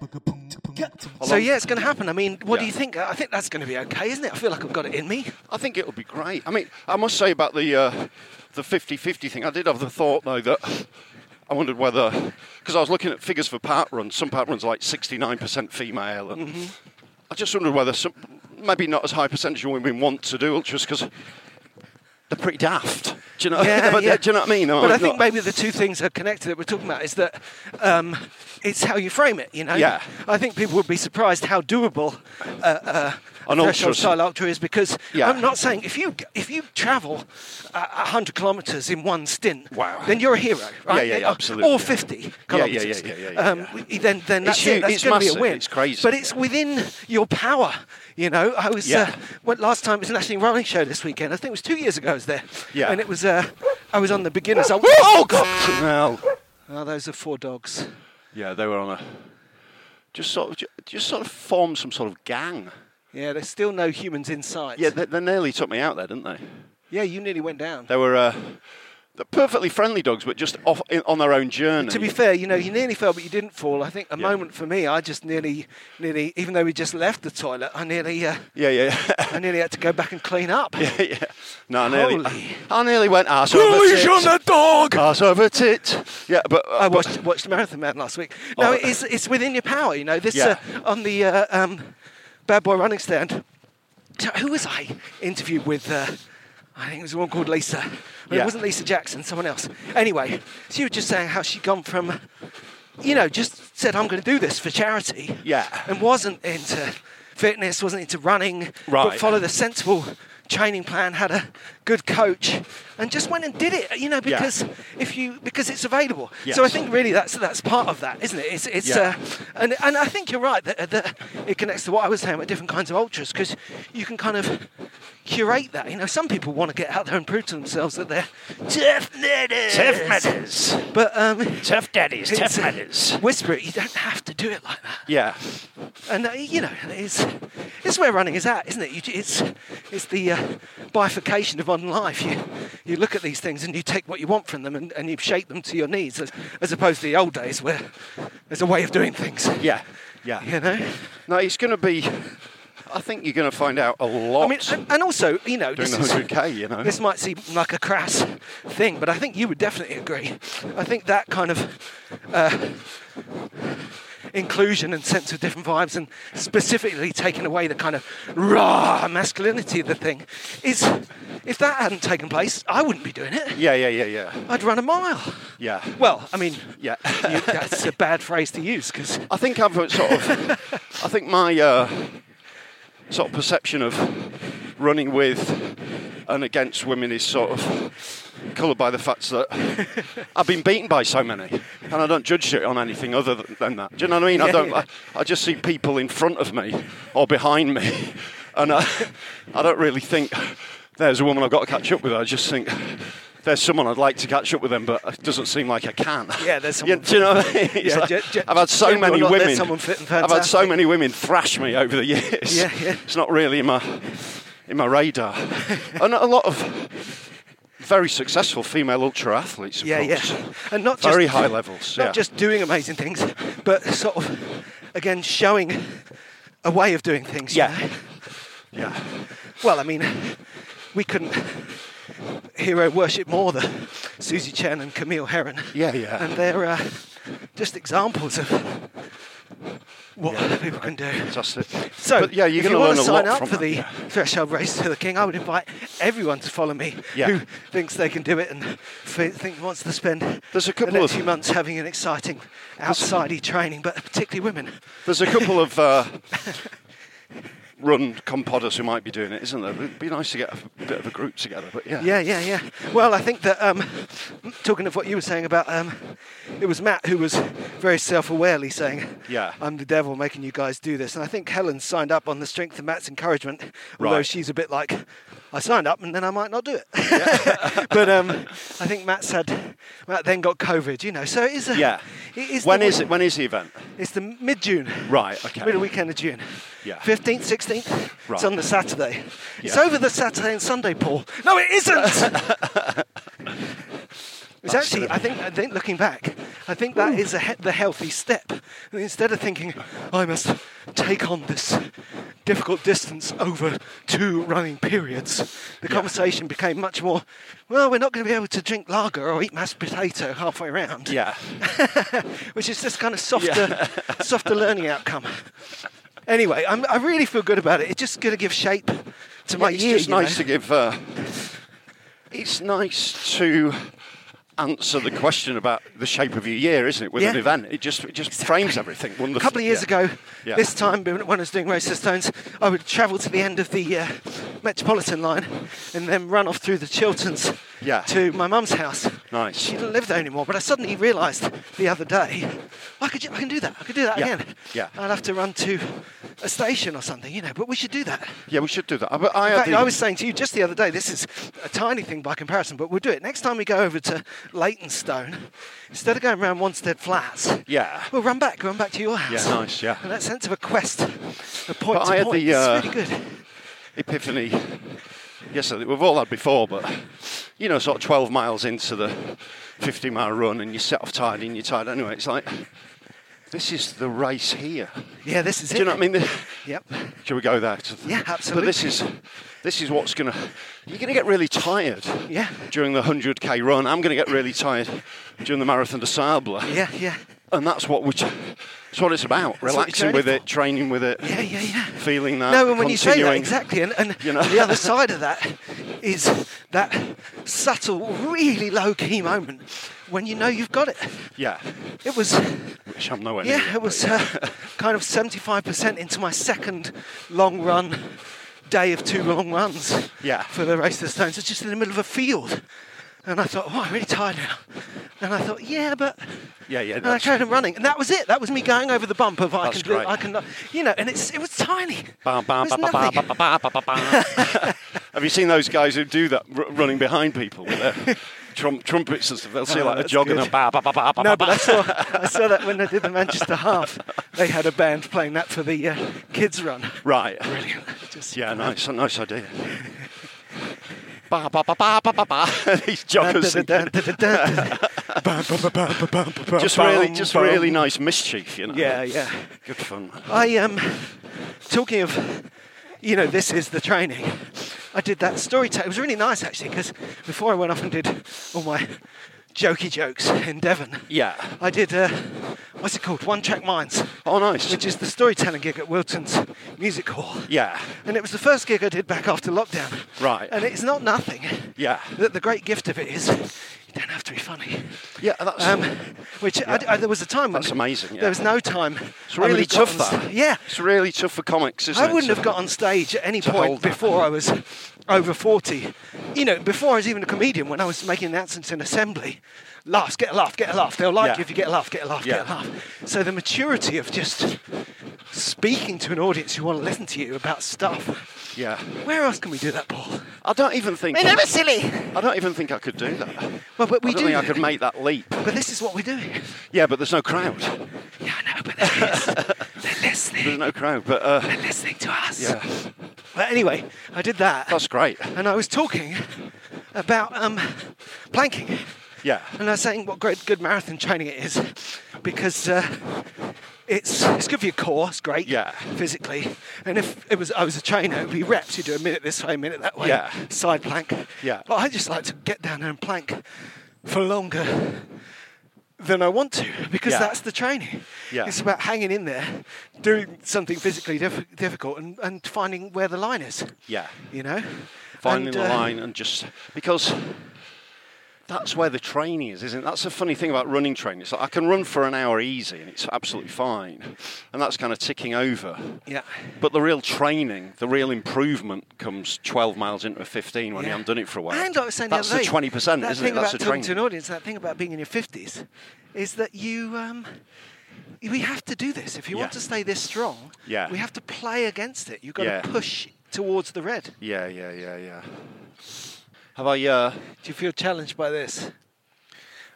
Speaker 1: So
Speaker 2: Along-
Speaker 1: yeah, it's going to happen. I mean, what do
Speaker 2: Yeah.
Speaker 1: you think? I think that's going to be okay, isn't it? I feel like I've got it in me.
Speaker 2: I think it'll be great. I mean, I must say about the uh, the 50-50 thing, I did have the thought though that I wondered whether because I was looking at figures for part runs. Some part runs are like sixty nine percent female, and
Speaker 1: Mm-hmm.
Speaker 2: I just wondered whether some maybe not as high percentage of women want to do ultras because they're pretty daft. Do you know? uh, do you know what I mean?
Speaker 1: But I think
Speaker 2: not-
Speaker 1: maybe the two things are connected that we're talking about is that um, it's how you frame it. You know.
Speaker 2: Yeah.
Speaker 1: I think people would be surprised how doable uh, uh, a
Speaker 2: An ultra
Speaker 1: threshold
Speaker 2: is-
Speaker 1: style ultra is because
Speaker 2: Yeah.
Speaker 1: I'm not saying if you if you travel uh, hundred kilometres in one stint,
Speaker 2: Wow.
Speaker 1: then you're a hero, right?
Speaker 2: yeah,
Speaker 1: Or-
Speaker 2: yeah, absolutely,
Speaker 1: Or
Speaker 2: yeah.
Speaker 1: fifty
Speaker 2: Yeah, yeah, yeah,
Speaker 1: kilometres.
Speaker 2: yeah, yeah, yeah,
Speaker 1: um,
Speaker 2: yeah.
Speaker 1: we- Then then that's
Speaker 2: huge,
Speaker 1: it. That's
Speaker 2: it's
Speaker 1: going to be a
Speaker 2: massive,
Speaker 1: win.
Speaker 2: it's crazy,
Speaker 1: But it's
Speaker 2: yeah.
Speaker 1: within your power. You know, I was
Speaker 2: Yeah.
Speaker 1: uh, went last time. It was a National Running Show this weekend. I think it was two years ago. I was there.
Speaker 2: Yeah.
Speaker 1: And it was uh, I was on the beginners. I-
Speaker 2: Oh God! No.
Speaker 1: Oh, those are four dogs.
Speaker 2: Yeah, they were on a just sort of ju- just sort of form some sort of gang.
Speaker 1: Yeah, there's still no humans inside.
Speaker 2: Yeah, they, they nearly took me out there, didn't they?
Speaker 1: yeah, you nearly went down.
Speaker 2: They were uh, they're perfectly friendly dogs, but just off in, on their own journey.
Speaker 1: to be fair, you know, you nearly fell, but you didn't fall. I think a moment for me, I just nearly, nearly, even though we just left the toilet, I nearly, uh,
Speaker 2: yeah, yeah,
Speaker 1: I nearly had to go back and clean up.
Speaker 2: yeah, yeah. No, I nearly,
Speaker 1: Holy.
Speaker 2: I nearly went ass over tit.
Speaker 1: dog!
Speaker 2: Ass over tit. Yeah, but uh,
Speaker 1: I
Speaker 2: but-
Speaker 1: watched watched Marathon Man last week. No,
Speaker 2: Oh.
Speaker 1: it's it's within your power. You know this
Speaker 2: Yeah.
Speaker 1: uh, on the uh, um, Bad Boy Running Stand. t- Who was I interviewed with? Uh, I think it was one called Lisa. Well, It
Speaker 2: Yeah.
Speaker 1: wasn't Lisa Jackson, someone else. Anyway, she was just saying how she'd gone from, you know, just said I'm going to do this for charity.
Speaker 2: Yeah.
Speaker 1: And wasn't into fitness, wasn't into running. But
Speaker 2: Right.
Speaker 1: followed a sensible training plan, had a good coach, and just went and did it. You know,
Speaker 2: Yeah.
Speaker 1: because if you because it's available. So I
Speaker 2: Yes.
Speaker 1: think really that's that's part of that, isn't it? It's it's uh,
Speaker 2: Yeah.
Speaker 1: and and I think you're right that, that it connects to what I was saying about different kinds of ultras because you can kind of curate that. You know, some people want to get out there and prove to themselves that they're tough knitters.
Speaker 2: Tough matters,
Speaker 1: But um,
Speaker 2: tough daddies,
Speaker 1: it's- uh,
Speaker 2: tough matters.
Speaker 1: Whisper it. You don't have to do it like that.
Speaker 2: Yeah,
Speaker 1: And uh, you know, it's it's where running is at, isn't it? You, it's it's the uh, bifurcation of modern life. You you look at these things and you take what you want from them and, and you shape them to your needs, as, as opposed to the old days where There's a way of doing things.
Speaker 2: Yeah, yeah.
Speaker 1: You know?
Speaker 2: No, it's going to be. I think you're going to find out a lot.
Speaker 1: I mean, and, and also, you know,
Speaker 2: Doing
Speaker 1: this,
Speaker 2: the
Speaker 1: is-
Speaker 2: 100K, you know.
Speaker 1: this might seem like a crass thing, but I think you would definitely agree. I think that kind of uh, inclusion and sense of different vibes, and specifically taking away the kind of raw masculinity of the thing, is if that hadn't taken place, I wouldn't be doing it.
Speaker 2: yeah, yeah, yeah, yeah,
Speaker 1: I'd run a mile.
Speaker 2: yeah.
Speaker 1: Well, I mean,
Speaker 2: yeah.
Speaker 1: you, that's a bad phrase to use because
Speaker 2: I think I've sort of, I think my uh, sort of perception of running with and against women is sort of coloured by the fact that I've been beaten by so many, and I don't judge it on anything other th- than that. Do you know what I mean? I
Speaker 1: Yeah,
Speaker 2: don't.
Speaker 1: yeah.
Speaker 2: I, I just see people in front of me or behind me, and I, I don't really think there's a woman I've got to catch up with. I just think. There's someone I'd like to catch up with them, but it doesn't seem like I can.
Speaker 1: Yeah, there's
Speaker 2: You-
Speaker 1: someone-
Speaker 2: Do you know what I mean? It's
Speaker 1: Yeah,
Speaker 2: like-
Speaker 1: ge- ge-
Speaker 2: I've had so
Speaker 1: generally
Speaker 2: many
Speaker 1: not, there's
Speaker 2: women.
Speaker 1: someone fit and
Speaker 2: I've had so
Speaker 1: fantastic.
Speaker 2: many women thrash me over the years.
Speaker 1: Yeah, yeah.
Speaker 2: It's not really in my in my radar. and a lot of very successful female ultra athletes. Of
Speaker 1: yeah,
Speaker 2: course.
Speaker 1: yeah, and not
Speaker 2: Very
Speaker 1: just,
Speaker 2: high levels.
Speaker 1: not
Speaker 2: yeah.
Speaker 1: just doing amazing things, but sort of again showing a way of doing things. you
Speaker 2: Yeah.
Speaker 1: know?
Speaker 2: yeah.
Speaker 1: Well, I mean, we couldn't hero worship more than Susie Chen and Camille Heron.
Speaker 2: Yeah, yeah.
Speaker 1: And they're uh, just examples of what
Speaker 2: Yeah.
Speaker 1: people can do.
Speaker 2: Fantastic.
Speaker 1: So,
Speaker 2: but yeah, you're
Speaker 1: if you want
Speaker 2: going to learn
Speaker 1: to
Speaker 2: a
Speaker 1: sign
Speaker 2: lot
Speaker 1: up
Speaker 2: from
Speaker 1: for
Speaker 2: that,
Speaker 1: the
Speaker 2: yeah.
Speaker 1: Threshold Race to the King, I would invite everyone to follow me
Speaker 2: Yeah.
Speaker 1: who thinks they can do it and f- think wants to spend
Speaker 2: There's a
Speaker 1: the
Speaker 2: couple
Speaker 1: next
Speaker 2: of-
Speaker 1: few months having an exciting outsidey training, but particularly women.
Speaker 2: There's a couple of uh, run compodders who might be doing it, isn't there? It'd be nice to get a bit of a group together. But yeah,
Speaker 1: Yeah, yeah, yeah. Well, I think that um, talking of what you were saying about um, it was Matt who was very self-awarely saying,
Speaker 2: Yeah.
Speaker 1: I'm the devil making you guys do this." And I think Helen signed up on the strength of Matt's encouragement, although
Speaker 2: Right.
Speaker 1: she's a bit like, "I signed up and then I might not do it." but um, I think Matt's had Matt then got COVID, you know. So it is a
Speaker 2: yeah.
Speaker 1: It is
Speaker 2: when
Speaker 1: the,
Speaker 2: is it? When is the event?
Speaker 1: It's the mid-June.
Speaker 2: Right. Okay.
Speaker 1: Middle weekend of June.
Speaker 2: Yeah.
Speaker 1: 15th, 16th.
Speaker 2: Right.
Speaker 1: It's on the Saturday. It's
Speaker 2: Yeah.
Speaker 1: over the Saturday and Sunday, Paul. No, it isn't! it's actually, I think, I think, looking back, I think that is a he- the healthy step. And instead of thinking, I must take on this difficult distance over two running periods, the conversation became much more, well, we're not going to be able to drink lager or eat mashed potato halfway around
Speaker 2: Yeah.
Speaker 1: which is this kind of softer, softer learning outcome. Anyway, I'm, I really feel good about it. It's just going to give shape to my
Speaker 2: it's
Speaker 1: year.
Speaker 2: just
Speaker 1: you know.
Speaker 2: nice to give. Uh, it's nice to answer the question about the shape of your year, isn't it? With an
Speaker 1: Yeah.
Speaker 2: event, it just it just frames everything.
Speaker 1: a
Speaker 2: Wonderful.
Speaker 1: couple of years
Speaker 2: Yeah.
Speaker 1: ago,
Speaker 2: Yeah.
Speaker 1: this time when I was doing Race to Stones, I would travel to the end of the uh, Metropolitan line and then run off through the Chilterns
Speaker 2: Yeah.
Speaker 1: to my mum's house.
Speaker 2: Nice.
Speaker 1: She didn't live there anymore, but I suddenly realised the other day, I could, ju- I can do that. I could do that
Speaker 2: Yeah.
Speaker 1: again.
Speaker 2: Yeah.
Speaker 1: I'd have to run to a station or something, you know. But we should do that.
Speaker 2: Yeah, we should do that. I, but I,
Speaker 1: In
Speaker 2: had
Speaker 1: fact,
Speaker 2: the-
Speaker 1: I was saying to you just the other day, this is a tiny thing by comparison, but we'll do it. Next time we go over to Leytonstone, instead of going around Wanstead Flats,
Speaker 2: Yeah.
Speaker 1: we'll run back, run back to your house.
Speaker 2: Yeah, nice, yeah.
Speaker 1: And that sense of a quest, a point
Speaker 2: But
Speaker 1: to
Speaker 2: I had
Speaker 1: point,
Speaker 2: the, uh,
Speaker 1: it's really good.
Speaker 2: epiphany yesterday. We've all had before, but you know, sort of 12 miles into the 50 mile run, and you set off tired and you're tired anyway. It's like, this is the race here.
Speaker 1: Yeah, this is
Speaker 2: Do
Speaker 1: it.
Speaker 2: you know what I mean?
Speaker 1: Yep.
Speaker 2: Shall we go there? To the-
Speaker 1: Yeah,
Speaker 2: But this is this is what's gonna you're gonna get really tired.
Speaker 1: Yeah.
Speaker 2: During the hundred k run, I'm gonna get really tired during the marathon de Sable.
Speaker 1: Yeah, yeah.
Speaker 2: And that's what we. That's what it's about.
Speaker 1: That's what you're
Speaker 2: Relaxing
Speaker 1: training
Speaker 2: with
Speaker 1: for.
Speaker 2: it, training with it.
Speaker 1: Yeah, yeah, yeah.
Speaker 2: Feeling that.
Speaker 1: No, and when you say that,
Speaker 2: Uh, continuing.
Speaker 1: exactly, and, and
Speaker 2: You know?
Speaker 1: the other side of that is that subtle, really low key moment when you know you've got it.
Speaker 2: Yeah.
Speaker 1: It was
Speaker 2: Which I'm nowhere near,
Speaker 1: Yeah, it
Speaker 2: but
Speaker 1: was uh, kind of 75% into my second long run day of two long runs
Speaker 2: Yeah.
Speaker 1: for the Race to the Stones. It's just in the middle of a field. And I thought, oh, I'm really tired now. And I thought, yeah, but.
Speaker 2: Yeah, yeah,
Speaker 1: And I
Speaker 2: that's-
Speaker 1: carried on running, and that was it. That was me going over the bump of I
Speaker 2: That's
Speaker 1: can do,
Speaker 2: great.
Speaker 1: I can, you know. And it's it was tiny.
Speaker 2: Bam, bam,
Speaker 1: It was
Speaker 2: ba, ba, ba,
Speaker 1: nothing.
Speaker 2: ba, ba, ba, ba, ba. Have you seen those guys who do that r- running behind people with their trump- trumpets and stuff? They'll see
Speaker 1: Oh,
Speaker 2: like a
Speaker 1: that's
Speaker 2: jog and
Speaker 1: good.
Speaker 2: a ba ba ba ba ba.
Speaker 1: No,
Speaker 2: ba,
Speaker 1: but
Speaker 2: ba.
Speaker 1: I saw, I saw that when they did the Manchester half, they had a band playing that for the uh, kids run.
Speaker 2: right.
Speaker 1: Brilliant. Just
Speaker 2: Yeah, nice, a nice idea. Ba ba ba ba ba ba ba. These joggers. singing.
Speaker 1: uh, Ba-da-da-da-da-da-da.
Speaker 2: Just really, just really nice mischief, you know.
Speaker 1: Yeah, yeah.
Speaker 2: Good fun.
Speaker 1: I Um, talking of, you know, this is the training. I did that story tag. It was really nice actually because before I went off and did all my jokey jokes in Devon,
Speaker 2: Yeah.
Speaker 1: I did. Uh, what's it called? One Track Minds,
Speaker 2: Oh, nice.
Speaker 1: which is the storytelling gig at Wilton's Music Hall.
Speaker 2: yeah.
Speaker 1: And it was the first gig I did back after lockdown.
Speaker 2: Right.
Speaker 1: And it's not nothing.
Speaker 2: Yeah.
Speaker 1: The, the great gift of it is you don't have to be funny.
Speaker 2: Yeah, that's
Speaker 1: Um, which I- I, there was a time
Speaker 2: That's
Speaker 1: when
Speaker 2: amazing, yeah.
Speaker 1: There was no time.
Speaker 2: it's
Speaker 1: I
Speaker 2: really
Speaker 1: got
Speaker 2: tough.
Speaker 1: on
Speaker 2: That
Speaker 1: st- yeah.
Speaker 2: it's really tough for comics, isn't
Speaker 1: I
Speaker 2: it?
Speaker 1: wouldn't
Speaker 2: to-
Speaker 1: have got on stage at any
Speaker 2: to
Speaker 1: point
Speaker 2: hold that.
Speaker 1: before I was over 40. You know, before I was even a comedian, when I was making announcements in assembly, laughs, get a laugh, get a laugh. They'll like
Speaker 2: Yeah.
Speaker 1: you if you get a laugh, get a laugh, get a
Speaker 2: Yeah.
Speaker 1: laugh. So the maturity of just speaking to an audience who want to listen to you about stuff.
Speaker 2: Yeah.
Speaker 1: Where else can we do that, Paul?
Speaker 2: I don't even think.
Speaker 1: Remember, silly.
Speaker 2: I don't even think I could do that.
Speaker 1: Well, but we
Speaker 2: I don't
Speaker 1: do.
Speaker 2: think I could make that leap.
Speaker 1: But this is what we're doing.
Speaker 2: Yeah, but there's no crowd.
Speaker 1: Yeah, I know, but there is. They're listening.
Speaker 2: There's no crowd. But uh,
Speaker 1: They're listening to us.
Speaker 2: yeah,
Speaker 1: But anyway, I did that.
Speaker 2: that's great.
Speaker 1: and I was talking about um, planking.
Speaker 2: Yeah.
Speaker 1: And I was saying what great good marathon training it is because uh, it's it's good for your core, it's great
Speaker 2: Yeah.
Speaker 1: physically. And if it was I was a trainer, it would be reps, you do a minute this way, a minute that way,
Speaker 2: Yeah.
Speaker 1: side plank.
Speaker 2: Yeah.
Speaker 1: But I just like to get down there and plank for longer than I want to because
Speaker 2: Yeah.
Speaker 1: that's the training.
Speaker 2: Yeah.
Speaker 1: It's about hanging in there, doing something physically diff- difficult and, and finding where the line is.
Speaker 2: Yeah.
Speaker 1: You know?
Speaker 2: finding
Speaker 1: And,
Speaker 2: the
Speaker 1: uh,
Speaker 2: line and just because that's where the training is, isn't it? That's the funny thing about running training. It's like I can run for an hour easy and it's absolutely fine, and that's kind of ticking over.
Speaker 1: Yeah.
Speaker 2: But the real training, the real improvement comes 12 miles into a 15 when you
Speaker 1: Yeah.
Speaker 2: haven't done it for a while.
Speaker 1: And I was saying
Speaker 2: that's
Speaker 1: the other day,
Speaker 2: the 20%,
Speaker 1: that
Speaker 2: isn't
Speaker 1: thing
Speaker 2: it? That's
Speaker 1: about
Speaker 2: the
Speaker 1: talking
Speaker 2: training.
Speaker 1: to an audience, that thing about being in your fifties, is that you um, we have to do this if you want to
Speaker 2: Yeah.
Speaker 1: stay this strong.
Speaker 2: Yeah.
Speaker 1: we have to play against it. You've got
Speaker 2: Yeah.
Speaker 1: to push towards the red.
Speaker 2: Yeah, yeah, yeah, yeah. Have I? Uh,
Speaker 1: Do you feel challenged by this?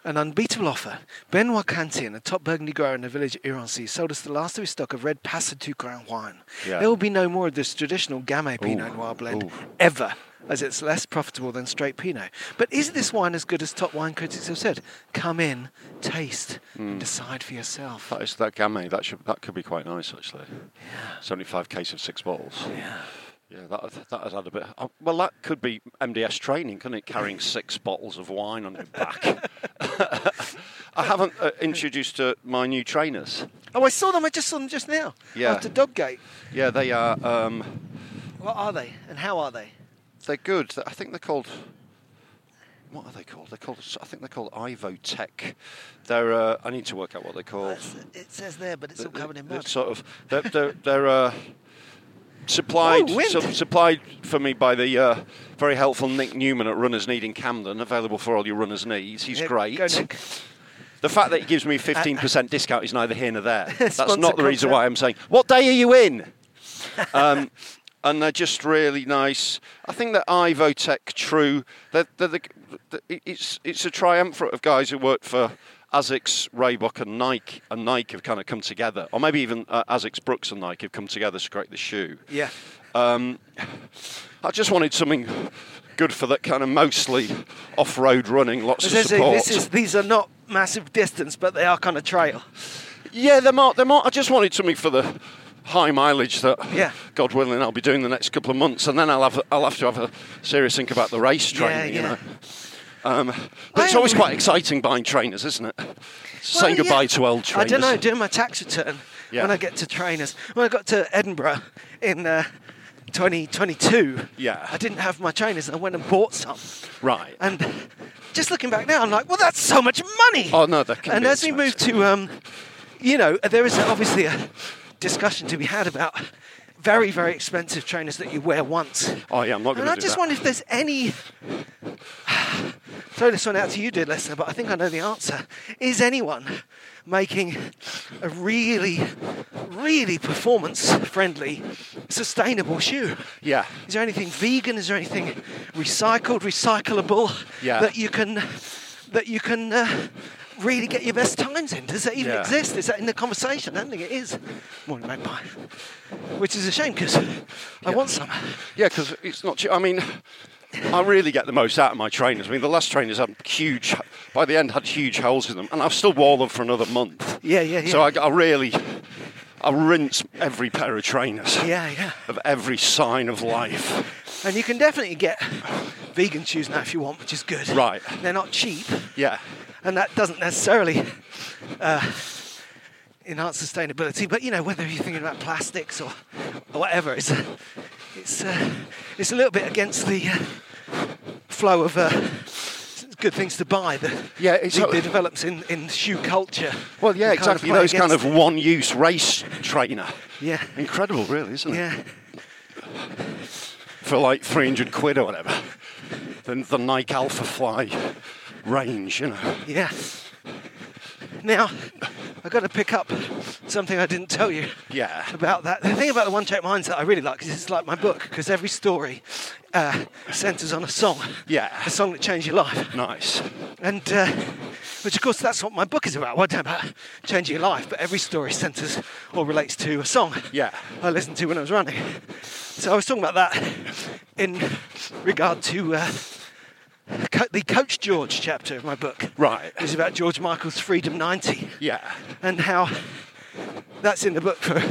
Speaker 1: An unbeatable offer. Benoit Cantillon, a top Burgundy grower in the village of Irancy, sold us the last of his stock of red Passat du Grand wine.
Speaker 2: Yeah.
Speaker 1: There will be no more of this traditional Gamay Pinot Noir blend ever, as it's less profitable than straight Pinot. But is this wine as good as top wine critics have said? Come in, taste,
Speaker 2: Hmm.
Speaker 1: and decide for yourself.
Speaker 2: that is that gamay. That should that could be quite nice actually. Yeah. 75 case of six balls.
Speaker 1: Yeah.
Speaker 2: Yeah, that, that has had a bit. oh, Well, that could be MDS training, couldn't it? Carrying six bottles of wine on your back. I haven't uh, introduced uh, my new trainers.
Speaker 1: Oh, I saw them. I just saw them just now.
Speaker 2: Yeah.
Speaker 1: After Doggate.
Speaker 2: Yeah, they are. Um,
Speaker 1: What are they and how are they?
Speaker 2: they're good. I think they're called. What are they called? They're called. I think they're called Ivotech. They're. Uh, I need to work out what they're called.
Speaker 1: It says there, but it's all covered in
Speaker 2: They're
Speaker 1: mud.
Speaker 2: Sort of. They're, they're, they're uh, supplied
Speaker 1: Oh, wind.
Speaker 2: su- supplied for me by the uh, very helpful Nick Newman at Runners Need in Camden. Available for all your runners' needs. He's
Speaker 1: Yeah,
Speaker 2: great.
Speaker 1: Go, Nick.
Speaker 2: The fact that he gives
Speaker 1: Uh,
Speaker 2: me fifteen percent discount is neither here nor there. That's
Speaker 1: Sponsored
Speaker 2: not the reason
Speaker 1: content.
Speaker 2: why I'm saying. What day are you in? Um, and they're just really nice. I think that Ivotech True. They're, they're the, the- it's it's a triumvirate of guys who worked for. Asics, Reebok, and Nike, and Nike have kind of come together, or maybe even uh, Asics, Brooks, and Nike have come together to create the shoe.
Speaker 1: Yeah.
Speaker 2: Um, I just wanted something good for that kind of mostly off-road running, lots
Speaker 1: As
Speaker 2: of
Speaker 1: I say,
Speaker 2: support.
Speaker 1: this is, these are not massive distance, but they are kind of trail.
Speaker 2: Yeah, they're more, they're more. I just wanted something for the high mileage that,
Speaker 1: Yeah.
Speaker 2: God willing, I'll be doing the next couple of months, and then I'll have I'll have to have a serious think about the race training.
Speaker 1: yeah.
Speaker 2: You know. Um, but
Speaker 1: I
Speaker 2: it's always
Speaker 1: am-
Speaker 2: quite exciting buying trainers, isn't it? Saying
Speaker 1: Well, yeah.
Speaker 2: goodbye to old trainers.
Speaker 1: I don't know, doing my tax return
Speaker 2: Yeah.
Speaker 1: when I get to trainers. When I got to Edinburgh in uh, 2022,
Speaker 2: Yeah.
Speaker 1: I didn't have my trainers. I went and bought some.
Speaker 2: Right.
Speaker 1: And just looking back now, I'm like, well, that's so much money.
Speaker 2: Oh, no, that can
Speaker 1: And
Speaker 2: be
Speaker 1: as we move
Speaker 2: expensive.
Speaker 1: to, um, you know, there is obviously a discussion to be had about very, very expensive trainers that you wear once.
Speaker 2: oh yeah, I'm not going
Speaker 1: And
Speaker 2: to
Speaker 1: I
Speaker 2: do
Speaker 1: just
Speaker 2: that.
Speaker 1: wonder if there's any. Throw this one out to you, dear listener, but I think I know the answer. Is anyone making a really, really performance friendly, sustainable shoe?
Speaker 2: Yeah.
Speaker 1: Is there anything vegan? Is there anything recycled, recyclable
Speaker 2: Yeah.
Speaker 1: that you can that you can uh, really get your best times in? Does that even
Speaker 2: Yeah.
Speaker 1: exist? Is that in the conversation? I don't think it is. Morning magpie, which is a shame because I want some.
Speaker 2: Yeah, because it's not. che- I mean, I really get the most out of my trainers. I mean, the last trainers had huge, by the end, had huge holes in them, and I've still wore them for another month.
Speaker 1: Yeah, yeah, yeah.
Speaker 2: So I, I really, I rinse every pair of trainers.
Speaker 1: Yeah, yeah.
Speaker 2: Of every sign of life.
Speaker 1: And you can definitely get vegan shoes now if you want, which is good.
Speaker 2: Right.
Speaker 1: They're not cheap,
Speaker 2: Yeah.
Speaker 1: and that doesn't necessarily uh, enhance sustainability. But you know, whether you're thinking about plastics or, or whatever, it's it's uh, it's a little bit against the uh, flow of. Uh, s- Good things to buy that
Speaker 2: Yeah, it's
Speaker 1: de-
Speaker 2: sort of-
Speaker 1: develops in, in shoe culture.
Speaker 2: Well, yeah,
Speaker 1: and kind of
Speaker 2: exactly.
Speaker 1: play
Speaker 2: Those kind
Speaker 1: against
Speaker 2: of one-use race trainer.
Speaker 1: Yeah.
Speaker 2: Incredible, really, isn't
Speaker 1: it.
Speaker 2: it?
Speaker 1: yeah,
Speaker 2: for like 300 quid or whatever. Then the Nike Alpha Fly range, you know.
Speaker 1: Yeah. Now, I've got to pick up something I didn't tell you.
Speaker 2: Yeah.
Speaker 1: About that. The thing about the one track mindset I really like is it's like my book because every story uh, centers on a song.
Speaker 2: Yeah.
Speaker 1: A song that changed your life.
Speaker 2: Nice.
Speaker 1: And, uh, which of course, that's what my book is about. Well, I don't know about changing your life, but every story centers or relates to a song
Speaker 2: Yeah.
Speaker 1: I listened to when I was running. So I was talking about that in regard to uh, co- the Coach George chapter of my book.
Speaker 2: Right.
Speaker 1: It's about George Michael's Freedom 90
Speaker 2: Yeah.
Speaker 1: and how that's in the book for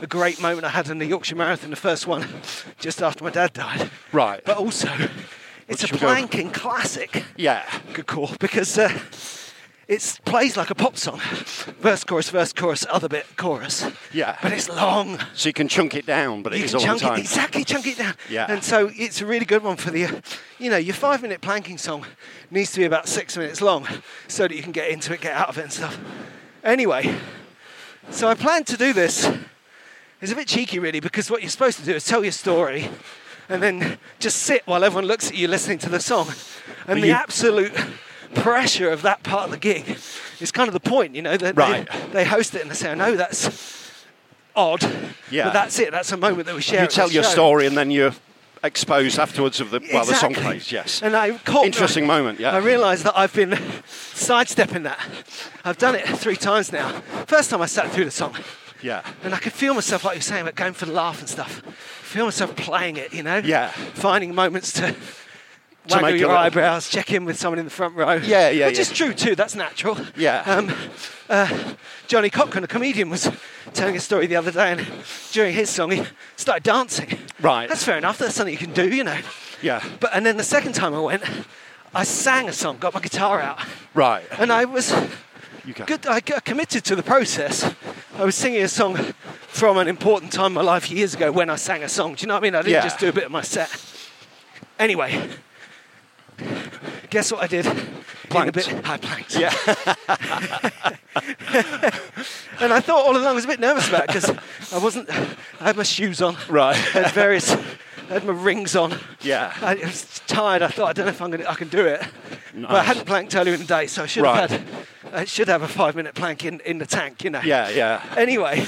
Speaker 1: a great moment I had in the Yorkshire Marathon, the first one just after my dad died.
Speaker 2: Right.
Speaker 1: But also, it's
Speaker 2: should
Speaker 1: a
Speaker 2: we go-
Speaker 1: planking classic.
Speaker 2: Yeah.
Speaker 1: Good call. Because uh, it plays like a pop song verse, chorus, verse, chorus, other bit, chorus.
Speaker 2: Yeah.
Speaker 1: But it's long
Speaker 2: So you can chunk it down, but it
Speaker 1: you
Speaker 2: is
Speaker 1: can
Speaker 2: all the
Speaker 1: chunk
Speaker 2: time.
Speaker 1: it exactly, chunk it down.
Speaker 2: Yeah.
Speaker 1: And so it's a really good one for the, uh, you know, your five-minute planking song needs to be about six minutes long, so that you can get into it, get out of it, and stuff. Anyway, so I planned to do this. It's a bit cheeky, really, because what you're supposed to do is tell your story, and then just sit while everyone looks at you listening to the song, and the
Speaker 2: you-
Speaker 1: absolute pressure of that part of the gig is kind of the point, you know. That they-
Speaker 2: Right.
Speaker 1: They, host it and they say, "I know that's." Odd,
Speaker 2: Yeah.
Speaker 1: but that's it. That's a moment that we share.
Speaker 2: You
Speaker 1: at the
Speaker 2: tell your
Speaker 1: show.
Speaker 2: story and then you're exposed afterwards of the well the song
Speaker 1: Exactly.
Speaker 2: plays, yes.
Speaker 1: And I caught
Speaker 2: Interesting moment, yeah.
Speaker 1: I realised that I've been sidestepping that. I've done it three times now. First time I sat through the song,
Speaker 2: yeah.
Speaker 1: and I could feel myself, like you're saying, about going for the laugh and stuff. Feel myself playing it, you know.
Speaker 2: Yeah.
Speaker 1: Finding moments to.
Speaker 2: make
Speaker 1: Waggle
Speaker 2: a
Speaker 1: your
Speaker 2: little-
Speaker 1: eyebrows, check in with someone in the front row.
Speaker 2: Yeah, yeah,
Speaker 1: Which is
Speaker 2: yeah.
Speaker 1: true too, that's natural.
Speaker 2: Yeah.
Speaker 1: Um, uh, Johnny Cochran, a comedian, was telling a story the other day, and during his song, he started dancing.
Speaker 2: Right.
Speaker 1: That's fair enough, that's something you can do, you know.
Speaker 2: Yeah.
Speaker 1: But and then the second time I went, I sang a song, got my guitar out,
Speaker 2: Right.
Speaker 1: and I was
Speaker 2: You go.
Speaker 1: good. I got committed to the process. I was singing a song from an important time in my life years ago when I sang a song. Do you know what I mean? I didn't
Speaker 2: Yeah.
Speaker 1: just do a bit of my set. Anyway, guess what I did? Did a
Speaker 2: Planked.
Speaker 1: bit. I planked.
Speaker 2: Yeah.
Speaker 1: And I thought all along I was a bit nervous about it because I wasn't. I had my shoes on.
Speaker 2: Right.
Speaker 1: I had various. I had my rings on.
Speaker 2: Yeah.
Speaker 1: I was tired. I thought I don't know if I'm gonna, I can do it. But I
Speaker 2: Nice.
Speaker 1: hadn't planked earlier in the day, so I should have
Speaker 2: Right.
Speaker 1: had. I should have a five minute plank in, in the tank, you know.
Speaker 2: Yeah, yeah.
Speaker 1: Anyway,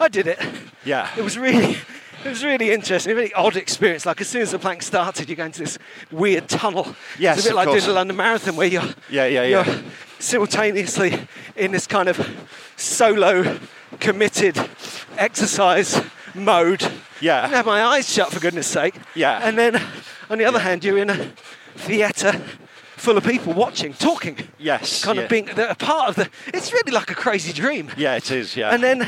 Speaker 1: I did it.
Speaker 2: Yeah.
Speaker 1: It was really. It was really interesting, a really odd experience. Like as soon as the plank started, you go into this weird tunnel.
Speaker 2: Yes,
Speaker 1: it's a bit
Speaker 2: of
Speaker 1: like doing
Speaker 2: course.
Speaker 1: the London Marathon where you're
Speaker 2: Yeah, yeah,
Speaker 1: you're
Speaker 2: yeah.
Speaker 1: simultaneously in this kind of solo committed exercise mode.
Speaker 2: Yeah.
Speaker 1: And I have my eyes shut for goodness sake.
Speaker 2: Yeah.
Speaker 1: And then on the other hand you're in a theatre full of people watching, talking.
Speaker 2: Yes,
Speaker 1: Kind
Speaker 2: yeah.
Speaker 1: of being they're a part of the it's really like a crazy dream.
Speaker 2: Yeah, it is, yeah.
Speaker 1: And then,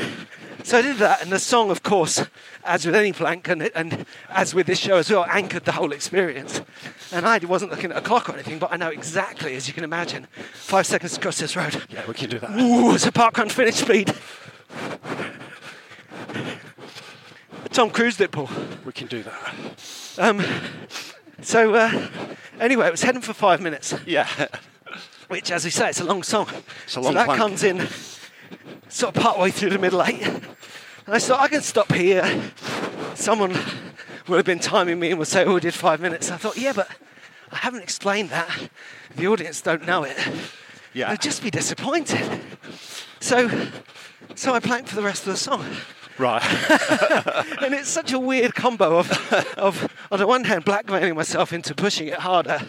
Speaker 1: so I did that, and the song, of course, as with any plank, and, and as with this show as well, anchored the whole experience. And I wasn't looking at a clock or anything, but I know exactly, as you can imagine, five seconds to cross this road.
Speaker 2: Yeah, we can do that.
Speaker 1: Ooh, it's a parkrun finish speed. Tom Cruise did Paul.
Speaker 2: We can do that.
Speaker 1: Um, so, uh, anyway, it was heading for five minutes
Speaker 2: Yeah.
Speaker 1: which, as we say, it's a long song.
Speaker 2: It's a long
Speaker 1: so that
Speaker 2: plank.
Speaker 1: comes in sort of partway through the middle eight. And I thought, I can stop here. Someone will have been timing me and will say, oh, we did five minutes. I thought, yeah, but I haven't explained that. The audience don't know it.
Speaker 2: Yeah.
Speaker 1: They'd just be disappointed. So, so I planked for the rest of the song.
Speaker 2: Right.
Speaker 1: And it's such a weird combo of, of on the one hand, blackmailing myself into pushing it harder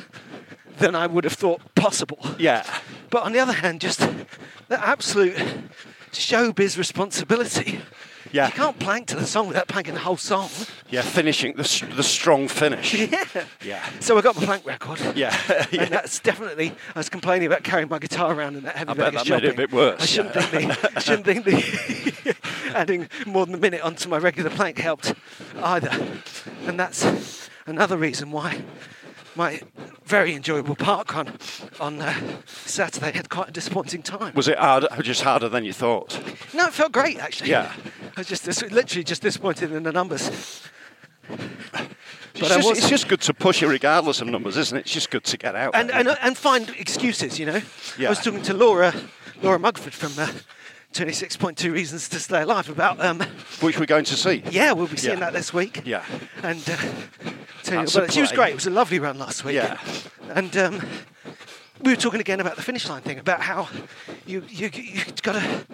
Speaker 1: than I would have thought possible.
Speaker 2: Yeah.
Speaker 1: But on the other hand, just the absolute showbiz responsibility
Speaker 2: Yeah.
Speaker 1: You can't plank to the song without planking the whole song.
Speaker 2: Yeah, finishing the s- the strong finish.
Speaker 1: Yeah.
Speaker 2: Yeah.
Speaker 1: So I got my plank record.
Speaker 2: Yeah. yeah.
Speaker 1: And that's definitely. I was complaining about carrying my guitar around in that heavy
Speaker 2: I bet
Speaker 1: bag of
Speaker 2: that made it a
Speaker 1: shopping.
Speaker 2: bit worse,
Speaker 1: I shouldn't
Speaker 2: yeah.
Speaker 1: think the, shouldn't think the adding more than a minute onto my regular plank helped either. And that's another reason why my very enjoyable park run on uh, Saturday had quite a disappointing time.
Speaker 2: Was it hard, just harder than you thought?
Speaker 1: No, it felt great actually.
Speaker 2: Yeah.
Speaker 1: I was just dis- literally just disappointed in the numbers.
Speaker 2: It's,
Speaker 1: I
Speaker 2: just,
Speaker 1: was-
Speaker 2: it's just good to push it regardless of numbers, isn't it? It's just good to get out.
Speaker 1: and,
Speaker 2: there.
Speaker 1: and and find excuses. You know, I
Speaker 2: Yeah.
Speaker 1: was talking to Laura, Laura Mugford from uh, 26.2 Reasons to Stay Alive about um,
Speaker 2: Which we're going to see.
Speaker 1: yeah, we'll be seeing
Speaker 2: Yeah.
Speaker 1: that this week.
Speaker 2: Yeah.
Speaker 1: and uh, tell you
Speaker 2: That's
Speaker 1: about
Speaker 2: a
Speaker 1: it. she was
Speaker 2: play.
Speaker 1: great. It was a lovely run last week.
Speaker 2: Yeah.
Speaker 1: and um, we were talking again about the finish line thing about how you you you got to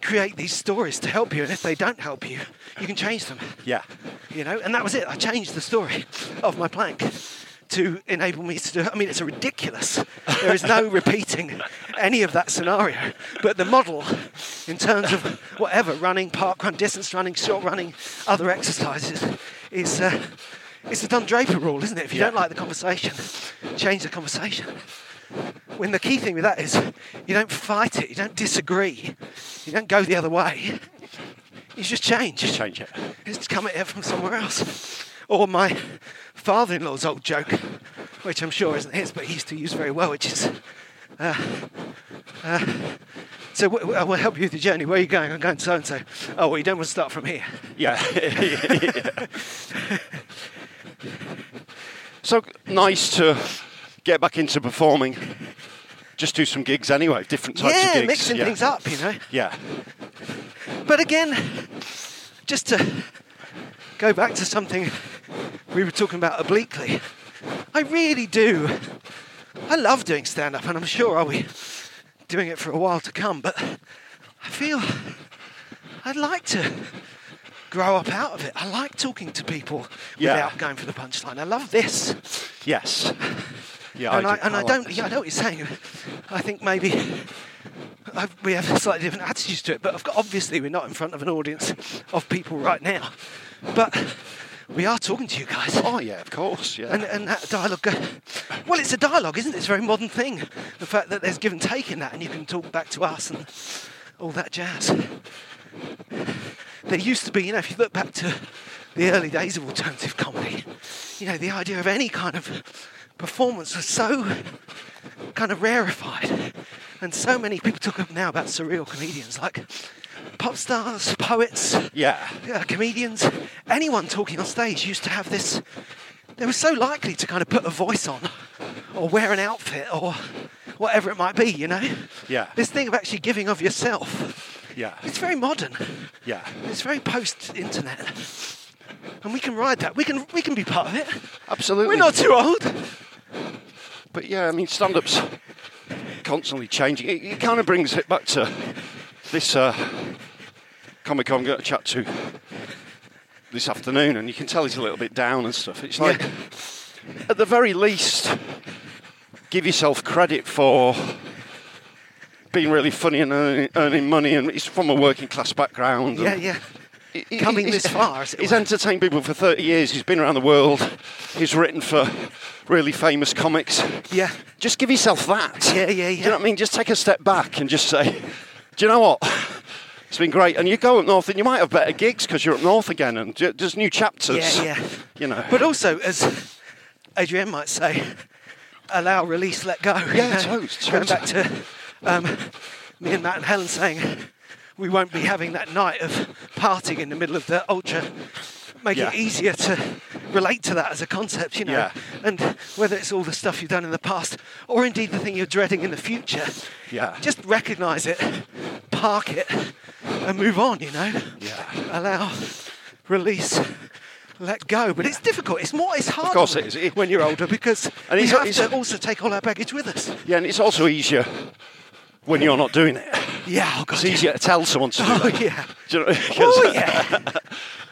Speaker 1: create these stories to help you, and if they don't help you, you can change them
Speaker 2: Yeah.
Speaker 1: you know, and that was it. I changed the story of my plank to enable me to do. I mean, it's ridiculous. There is no repeating any of that scenario. But the model, in terms of whatever running, park run, distance running, short running, other exercises, is uh, it's the Don Draper rule, isn't it? If you don't
Speaker 2: Yeah.
Speaker 1: like the conversation, change the conversation. When the key thing with that is you don't fight it, you don't disagree, you don't go the other way. You just change.
Speaker 2: Just change it.
Speaker 1: It's come at it from somewhere else. Or my father in law's old joke, which I'm sure isn't his, but he used to use very well, which is. Uh, uh, so w- w- I will help you with your journey. Where are you going? I'm going so and so. Oh, well, you don't want to start from here.
Speaker 2: Yeah. so nice to get back into performing. Just do some gigs anyway, different types of
Speaker 1: yeah,
Speaker 2: gigs.
Speaker 1: mixing
Speaker 2: yeah.
Speaker 1: things up, you know.
Speaker 2: Yeah.
Speaker 1: But again, just to go back to something we were talking about obliquely, I really do. I love doing stand up, and I'm sure I'll be doing it for a while to come, but I feel I'd like to grow up out of it. I like talking to people
Speaker 2: Yeah.
Speaker 1: without going for the punchline. I love this.
Speaker 2: Yes. Yeah.
Speaker 1: and I,
Speaker 2: do- Oh,
Speaker 1: and I
Speaker 2: like
Speaker 1: don't,
Speaker 2: this.
Speaker 1: yeah, I know what you're saying. I think maybe i we have slightly different attitudes to it, but of co- obviously we're not in front of an audience of people right now. But we are talking to you guys.
Speaker 2: Oh yeah, of course. Yeah.
Speaker 1: And, and that dialogue, go- well, it's a dialogue, isn't it? It's a very modern thing. The fact that there's give and take in that, and you can talk back to us and all that jazz. There used to be, you know, if you look back to the early days of alternative comedy, you know, the idea of any kind of performance was so kind of rarefied. And so many people talk up now about surreal comedians, like pop stars, poets,
Speaker 2: yeah.
Speaker 1: yeah, uh, comedians, anyone talking on stage used to have this. They were so likely to kind of put a voice on, or wear an outfit, or whatever it might be. You know.
Speaker 2: Yeah.
Speaker 1: This thing of actually giving of yourself.
Speaker 2: Yeah.
Speaker 1: It's very modern.
Speaker 2: Yeah.
Speaker 1: It's very post-internet, and we can ride that. We can we can be part of it.
Speaker 2: Absolutely.
Speaker 1: We're not too old.
Speaker 2: But yeah, I mean, stand up's constantly changing. It, it kind of brings it back to this uh, comic I'm going to chat to this afternoon, and you can tell he's a little bit down and stuff. It's like, at the very least, give yourself credit for being really funny and earning, earning money, and it's from a working class background. and-
Speaker 1: Yeah, yeah.
Speaker 2: he- he-
Speaker 1: Coming
Speaker 2: he's-
Speaker 1: this far, as it
Speaker 2: He's
Speaker 1: were.
Speaker 2: entertained people for 30 years. He's been around the world. He's written for really famous comics.
Speaker 1: Yeah.
Speaker 2: Just give yourself that.
Speaker 1: Yeah, yeah,
Speaker 2: Do you
Speaker 1: yeah.
Speaker 2: know what I mean? Just take a step back and just say, do you know what? It's been great. And you go up north and you might have better gigs because you're up north again and ju- there's new chapters.
Speaker 1: Yeah, yeah.
Speaker 2: You know.
Speaker 1: But also, as Adrienne might say, allow, release, let go. you
Speaker 2: Yeah,
Speaker 1: know.
Speaker 2: totes,
Speaker 1: Going
Speaker 2: totes.
Speaker 1: back to um, me and Matt and Helen saying we won't be having that night of partying in the middle of the ultra. Make
Speaker 2: Yeah.
Speaker 1: it easier to relate to that as a concept, you know.
Speaker 2: Yeah.
Speaker 1: And whether it's all the stuff you've done in the past or indeed the thing you're dreading in the future,
Speaker 2: Yeah.
Speaker 1: just recognize it, park it, and move on, you know
Speaker 2: yeah.
Speaker 1: allow, release, let go. But it's difficult. It's more. It's hard.
Speaker 2: course it is.
Speaker 1: when you're older because
Speaker 2: And
Speaker 1: we
Speaker 2: it's-
Speaker 1: have
Speaker 2: it's-
Speaker 1: to also take all our baggage with us.
Speaker 2: Yeah, and it's also easier when you're not doing it.
Speaker 1: Yeah, oh god.
Speaker 2: It's easier to tell someone to do
Speaker 1: Oh
Speaker 2: that.
Speaker 1: yeah.
Speaker 2: Do you know, 'cause,
Speaker 1: Oh yeah.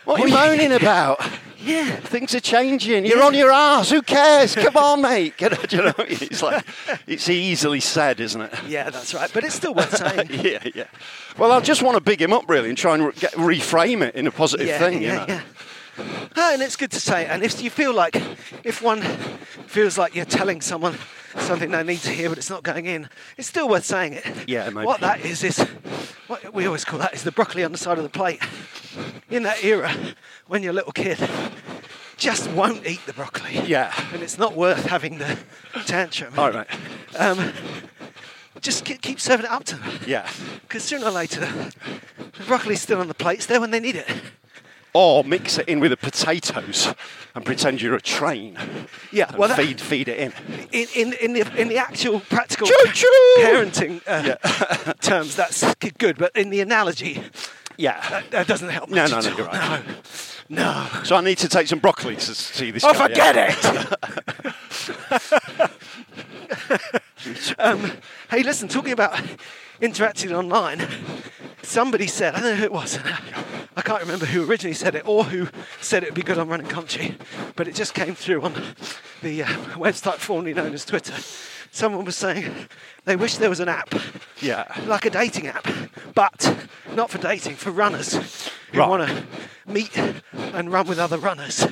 Speaker 2: What are you moaning about?
Speaker 1: Yeah.
Speaker 2: Things are changing. You're on your ass. Who cares? Come on, mate. Get out, you know, it's like it's easily said, isn't it?
Speaker 1: Yeah, that's right. But it's still worth saying.
Speaker 2: Yeah, yeah. Well, I just want to big him up really and try and re- get, reframe it in a positive thing. you know?
Speaker 1: yeah. Ah, and it's good to say. it. And if you feel like, if one feels like you're telling someone something they need to hear, but it's not going in, it's still worth saying it.
Speaker 2: Yeah, maybe.
Speaker 1: What that is is, what we always call that is the broccoli on the side of the plate. In that era, when you're a little kid, just won't eat the broccoli.
Speaker 2: Yeah.
Speaker 1: And it's not worth having the tantrum.
Speaker 2: All right.
Speaker 1: Um, just ke- keep serving it up to them.
Speaker 2: Yeah.
Speaker 1: Because sooner or later, the broccoli's still on the plates there when they need it.
Speaker 2: Or mix it in with the potatoes and pretend you're a train.
Speaker 1: Yeah,
Speaker 2: And
Speaker 1: well, that-
Speaker 2: feed feed it in.
Speaker 1: in, in, in, the, in the actual practical
Speaker 2: Choo-choo!
Speaker 1: parenting uh, terms, that's g- good, but in the analogy,
Speaker 2: Yeah.
Speaker 1: that doesn't help
Speaker 2: No,
Speaker 1: much.
Speaker 2: no,
Speaker 1: at
Speaker 2: no,
Speaker 1: all.
Speaker 2: you're right.
Speaker 1: No,
Speaker 2: So I need to take some broccoli to s- see this.
Speaker 1: Oh,
Speaker 2: guy,
Speaker 1: forget
Speaker 2: yeah.
Speaker 1: it! um, hey, listen, talking about interacting online, somebody said, I don't know who it was, I can't remember who originally said it or who said it would be good on Running Country, but it just came through on the uh, website formerly known as Twitter. Someone was saying they wish there was an app
Speaker 2: Yeah.
Speaker 1: like a dating app, but not for dating, for runners who
Speaker 2: Right.
Speaker 1: want to meet and run with other runners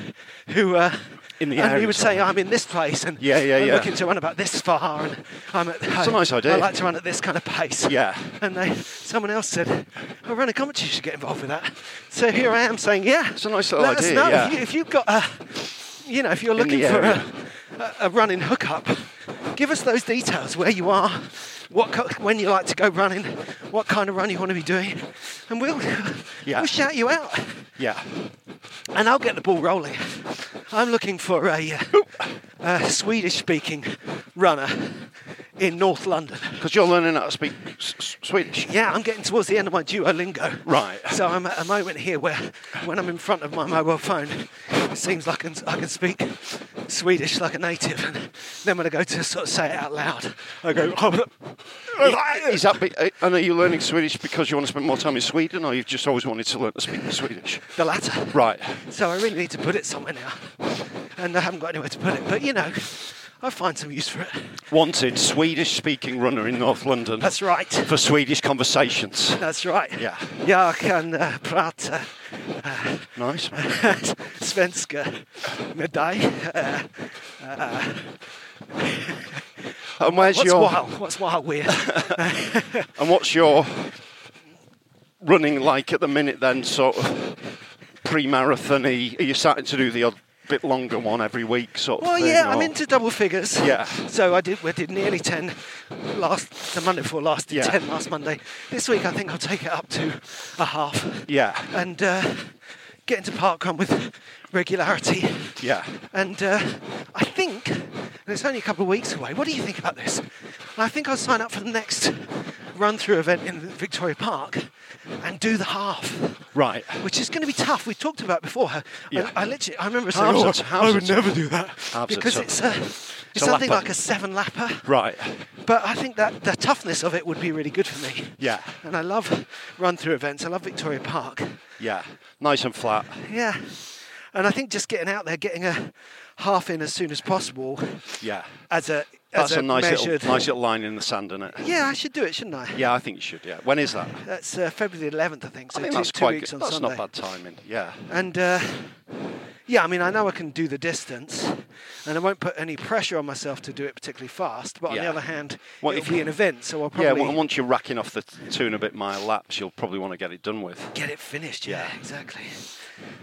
Speaker 1: who. Uh,
Speaker 2: In the
Speaker 1: and
Speaker 2: area
Speaker 1: he would say, "I'm in this place, and
Speaker 2: Yeah, yeah,
Speaker 1: I'm
Speaker 2: yeah.
Speaker 1: looking to run about this far, and I'm at.
Speaker 2: a nice idea.
Speaker 1: I like to run at this kind of pace.
Speaker 2: Yeah.
Speaker 1: And they, someone else said, "Oh, run a commentary should get involved with that." So here I am saying, "Yeah,
Speaker 2: It's a nice little
Speaker 1: let us
Speaker 2: idea,
Speaker 1: know
Speaker 2: yeah.
Speaker 1: if, you, if you've got a, you know, if you're
Speaker 2: the
Speaker 1: looking for
Speaker 2: area.
Speaker 1: a, a, a running hookup, give us those details where you are, what co- when you like to go running, what kind of run you want to be doing, and we'll
Speaker 2: Yeah.
Speaker 1: we'll shout you out,
Speaker 2: Yeah.
Speaker 1: and I'll get the ball rolling. I'm looking for a, uh, a Swedish-speaking runner in North London.
Speaker 2: Because you're learning how to speak s- s- Swedish.
Speaker 1: Yeah, I'm getting towards the end of my Duolingo.
Speaker 2: Right.
Speaker 1: So I'm at a moment here where, when I'm in front of my mobile phone, it seems like I can, I can speak Swedish like a native. And then when I go to sort of say it out loud, I go, "Oh,
Speaker 2: Is that be, uh, and are you learning Swedish because you want to spend more time in Sweden, or you've just always wanted to learn to speak Swedish?
Speaker 1: the latter.
Speaker 2: Right.
Speaker 1: So I really need to put it somewhere now. And I haven't got anywhere to put it. But you know, I find some use for it.
Speaker 2: Wanted Swedish-speaking runner in North London.
Speaker 1: That's right.
Speaker 2: For Swedish conversations.
Speaker 1: That's right.
Speaker 2: Yeah.
Speaker 1: Jag kan uh, prata
Speaker 2: Nice.
Speaker 1: svenska med dig. Uh,
Speaker 2: And where's
Speaker 1: what's
Speaker 2: your
Speaker 1: wild? What's wild weird?
Speaker 2: and what's your running like at the minute? Then sort of pre-marathon-y? Are you starting to do the odd bit longer one every week? Sort of.
Speaker 1: Well,
Speaker 2: thing,
Speaker 1: yeah, I'm
Speaker 2: or-
Speaker 1: into double figures.
Speaker 2: Yeah.
Speaker 1: So I did. We did nearly ten last the Monday before last. did
Speaker 2: Yeah.
Speaker 1: Ten last Monday. This week I think I'll take it up to a half.
Speaker 2: Yeah.
Speaker 1: And uh, get into parkrun with regularity.
Speaker 2: Yeah.
Speaker 1: And uh, I think, and it's only a couple of weeks away. What do you think about this? I think I'll sign up for the next run-through event in Victoria Park and do the half
Speaker 2: Right.
Speaker 1: which is going to be tough. We talked about it before. I-
Speaker 2: Yeah.
Speaker 1: I, literally, I remember
Speaker 2: Halves
Speaker 1: saying, "Oh,
Speaker 2: it, halves
Speaker 1: I would
Speaker 2: it.
Speaker 1: never do that
Speaker 2: Halves it,
Speaker 1: because
Speaker 2: so-
Speaker 1: it's, a, it's
Speaker 2: a
Speaker 1: something
Speaker 2: lapper.
Speaker 1: like a seven lapper.
Speaker 2: Right.
Speaker 1: But I think that the toughness of it would be really good for me.
Speaker 2: Yeah.
Speaker 1: And I love run-through events. I love Victoria Park.
Speaker 2: Yeah. Nice and flat.
Speaker 1: Yeah. And I think just getting out there, getting a half in as soon as possible,
Speaker 2: Yeah.
Speaker 1: as a as
Speaker 2: That's a, nice
Speaker 1: measured.
Speaker 2: little nice little line in the sand, isn't it?
Speaker 1: yeah, I should do it, shouldn't I?
Speaker 2: Yeah, I think you should. Yeah. When is that?
Speaker 1: That's uh, February the 11th, I think. So
Speaker 2: I think
Speaker 1: two,
Speaker 2: that's
Speaker 1: two
Speaker 2: quite
Speaker 1: weeks
Speaker 2: good.
Speaker 1: on
Speaker 2: that's
Speaker 1: Sunday.
Speaker 2: not bad timing. Yeah.
Speaker 1: And uh, yeah, I mean, I know I can do the distance, and I won't put any pressure on myself to do it particularly fast. But on the
Speaker 2: Yeah.
Speaker 1: other hand,
Speaker 2: Well,
Speaker 1: it'll
Speaker 2: if
Speaker 1: be
Speaker 2: you-
Speaker 1: an event, so I'll
Speaker 2: Yeah,
Speaker 1: probably
Speaker 2: well, and once you're racking off the two and a bit mile laps, you'll probably want to get it done with.
Speaker 1: get it finished. Yeah,
Speaker 2: Yeah.
Speaker 1: exactly.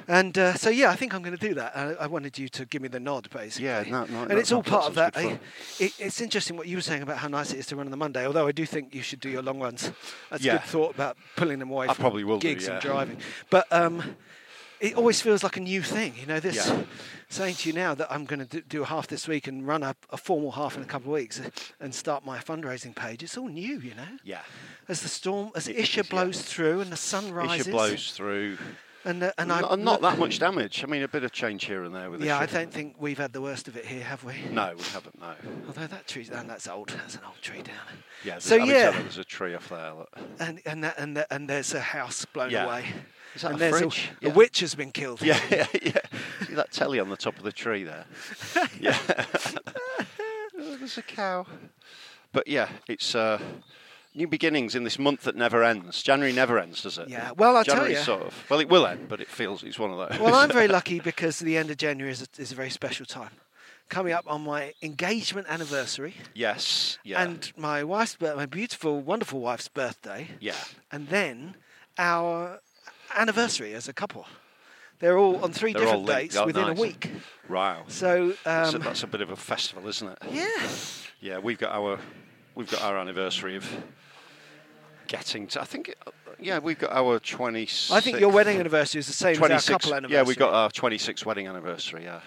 Speaker 1: And uh, so yeah, I think I'm going to do that. Uh, I, I wanted you to give me the nod, basically.
Speaker 2: Yeah, no, no,
Speaker 1: and
Speaker 2: that-
Speaker 1: it's all
Speaker 2: that
Speaker 1: part of that.
Speaker 2: sounds good
Speaker 1: eh? it, it's interesting what you were saying about how nice it is to run on the Monday. Although I do think you should do your long runs. That's a
Speaker 2: Yeah.
Speaker 1: good thought about pulling them away.
Speaker 2: I
Speaker 1: from
Speaker 2: probably will do,
Speaker 1: gigs and
Speaker 2: yeah.
Speaker 1: driving, but. Um, it always feels like a new thing, you know. This
Speaker 2: Yeah.
Speaker 1: saying to you now that I'm going to do a half this week and run a, a formal half in a couple of weeks eh, and start my fundraising page. It's all new, you know.
Speaker 2: Yeah.
Speaker 1: As the storm, as
Speaker 2: It
Speaker 1: Isha
Speaker 2: is, yeah.
Speaker 1: blows through and the sun rises,
Speaker 2: Isha blows through.
Speaker 1: and uh, and
Speaker 2: N-
Speaker 1: I'm
Speaker 2: not that much damage. I mean, a bit of change here and there with
Speaker 1: Yeah, I
Speaker 2: Isha.
Speaker 1: don't think we've had the worst of it here, have we?
Speaker 2: No, we haven't. No.
Speaker 1: Although that tree's down, that's old. That's an old tree down.
Speaker 2: Yeah.
Speaker 1: So
Speaker 2: I mean,
Speaker 1: yeah,
Speaker 2: there's a tree off there. Look.
Speaker 1: and and that, and that, and there's a house blown
Speaker 2: Yeah.
Speaker 1: away.
Speaker 2: Is that
Speaker 1: and
Speaker 2: a
Speaker 1: there's
Speaker 2: fridge?
Speaker 1: A,
Speaker 2: Yeah.
Speaker 1: witch has been killed.
Speaker 2: Yeah, yeah, yeah. See that telly on the top of the tree there? yeah. Oh, there's a cow. But yeah, it's uh, new beginnings in this month that never ends. January never ends, does it?
Speaker 1: Yeah, well, I'll tell
Speaker 2: January
Speaker 1: ya.
Speaker 2: sort of. Well, it will end, but it feels it's one of those.
Speaker 1: Well, I'm very lucky because the end of January is a, is a very special time. Coming up on my engagement anniversary
Speaker 2: yes. Yeah.
Speaker 1: and my wife's birth, my beautiful, wonderful wife's birthday,
Speaker 2: yeah.
Speaker 1: and then our anniversary as a couple. They're all on 3
Speaker 2: They're all
Speaker 1: different
Speaker 2: linked.
Speaker 1: dates
Speaker 2: Oh,
Speaker 1: within
Speaker 2: nice.
Speaker 1: a week.
Speaker 2: Wow.
Speaker 1: So, um,
Speaker 2: so that's a bit of a festival, isn't it?
Speaker 1: yeah,
Speaker 2: Yeah, we've got our we've got our anniversary of getting to. I think it- yeah, we've got our twenty.
Speaker 1: I think your wedding anniversary is the same as
Speaker 2: 26
Speaker 1: our couple anniversary.
Speaker 2: Yeah, we've got our 26th wedding anniversary. Yeah,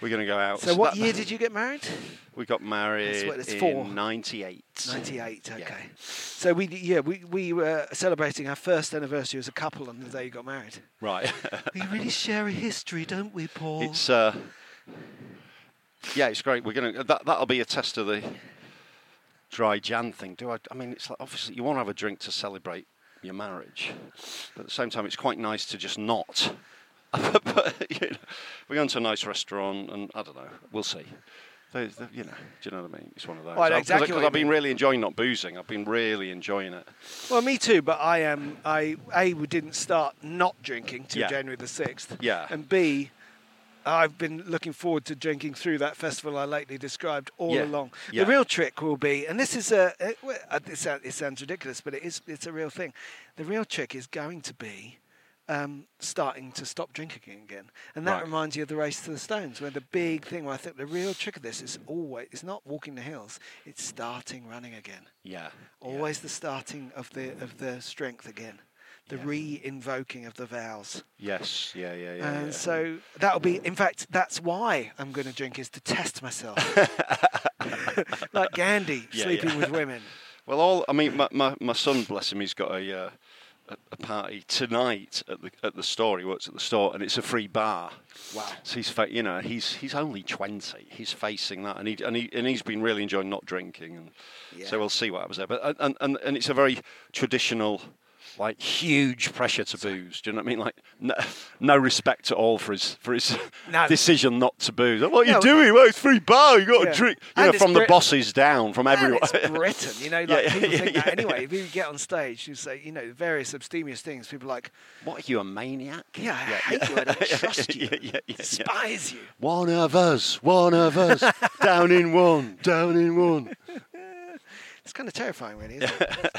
Speaker 2: we're going to go out.
Speaker 1: So, what
Speaker 2: that-
Speaker 1: year did you get married?
Speaker 2: we got married?
Speaker 1: what it's
Speaker 2: in
Speaker 1: for.
Speaker 2: 98.
Speaker 1: 98. Okay.
Speaker 2: Yeah.
Speaker 1: So we yeah we, we were celebrating our first anniversary as a couple on the day you got married.
Speaker 2: Right.
Speaker 1: We really share a history, don't we, Paul?
Speaker 2: it's uh, yeah, it's great. We're going to that that'll be a test of the dry Jan thing. Do I? I mean, it's like obviously you want to have a drink to celebrate your marriage, but at the same time, it's quite nice to just not. but you know, we're going to a nice restaurant, and I don't know. We'll see. They- they- you know, do you know what I mean? It's one of those.
Speaker 1: Well, I know
Speaker 2: I've-
Speaker 1: exactly
Speaker 2: Because
Speaker 1: what
Speaker 2: I've
Speaker 1: you
Speaker 2: been
Speaker 1: mean.
Speaker 2: really enjoying not boozing. I've been really enjoying it.
Speaker 1: well, me too. But I am I a we didn't start not drinking till
Speaker 2: Yeah.
Speaker 1: January the sixth.
Speaker 2: Yeah.
Speaker 1: And B, I've been looking forward to drinking through that festival I lately described all
Speaker 2: Yeah.
Speaker 1: along.
Speaker 2: Yeah.
Speaker 1: The real trick will be, and this is a it, well, uh, it, sounds, it sounds ridiculous, but it is it's a real thing. The real trick is going to be. Um, starting to stop drinking again, and that
Speaker 2: Right.
Speaker 1: reminds you of the race to the stones, where the big thing. Where I think the real trick of this is always it's not walking the hills; it's starting running again
Speaker 2: Yeah.
Speaker 1: always the starting of the of the strength again the re-invoking of the vows
Speaker 2: Yes. Yeah. Yeah. Yeah.
Speaker 1: and
Speaker 2: yeah.
Speaker 1: so that'll be in fact that's why i'm going to drink is to test myself like gandhi
Speaker 2: Yeah,
Speaker 1: sleeping
Speaker 2: yeah.
Speaker 1: with women
Speaker 2: Well, all I mean, my, my, my son, bless him, he's got a, uh, a a party tonight at the at the store. He works at the store, and it's a free bar. Wow! So he's fa- you know he's he's only twenty. He's facing that, and he and he and he's been really enjoying not drinking, and so we'll see what happens there. But and and and it's a very traditional. Like huge pressure to booze. Do you know what I mean? Like no, no respect at all for his for his
Speaker 1: No.
Speaker 2: decision not to booze. What are you
Speaker 1: No.
Speaker 2: doing? Well, it's free bar. You got to
Speaker 1: Yeah.
Speaker 2: drink. You
Speaker 1: And
Speaker 2: know,
Speaker 1: it's
Speaker 2: from the
Speaker 1: Brit-
Speaker 2: bosses down, from
Speaker 1: And
Speaker 2: everyone.
Speaker 1: it's britain you know like
Speaker 2: Yeah, yeah,
Speaker 1: people
Speaker 2: yeah,
Speaker 1: think that
Speaker 2: yeah,
Speaker 1: anyway
Speaker 2: yeah.
Speaker 1: if you get on stage you say you know various abstemious things people are like
Speaker 2: What are you, a maniac?
Speaker 1: yeah i hate you i don't trust you
Speaker 2: yeah, yeah, yeah, yeah.
Speaker 1: despise you
Speaker 2: One of us, one of us, down in one, down in one.
Speaker 1: it's kind of terrifying really isn't it?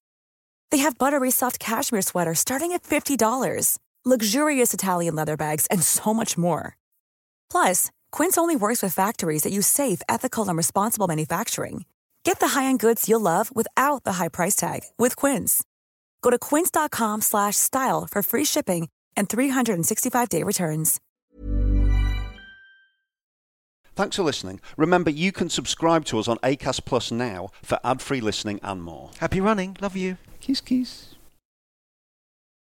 Speaker 5: They have buttery soft cashmere sweaters starting at $50, luxurious Italian leather bags, and so much more. Plus, Quince only works with factories that use safe, ethical, and responsible manufacturing. Get the high-end goods you'll love without the high price tag with Quince. Go to quince.com/style slash style for free shipping and 365-day returns.
Speaker 6: Thanks for listening. Remember, you can subscribe to us on ACAS Plus now for ad free listening and more.
Speaker 1: happy running love you
Speaker 6: Kiss, kiss.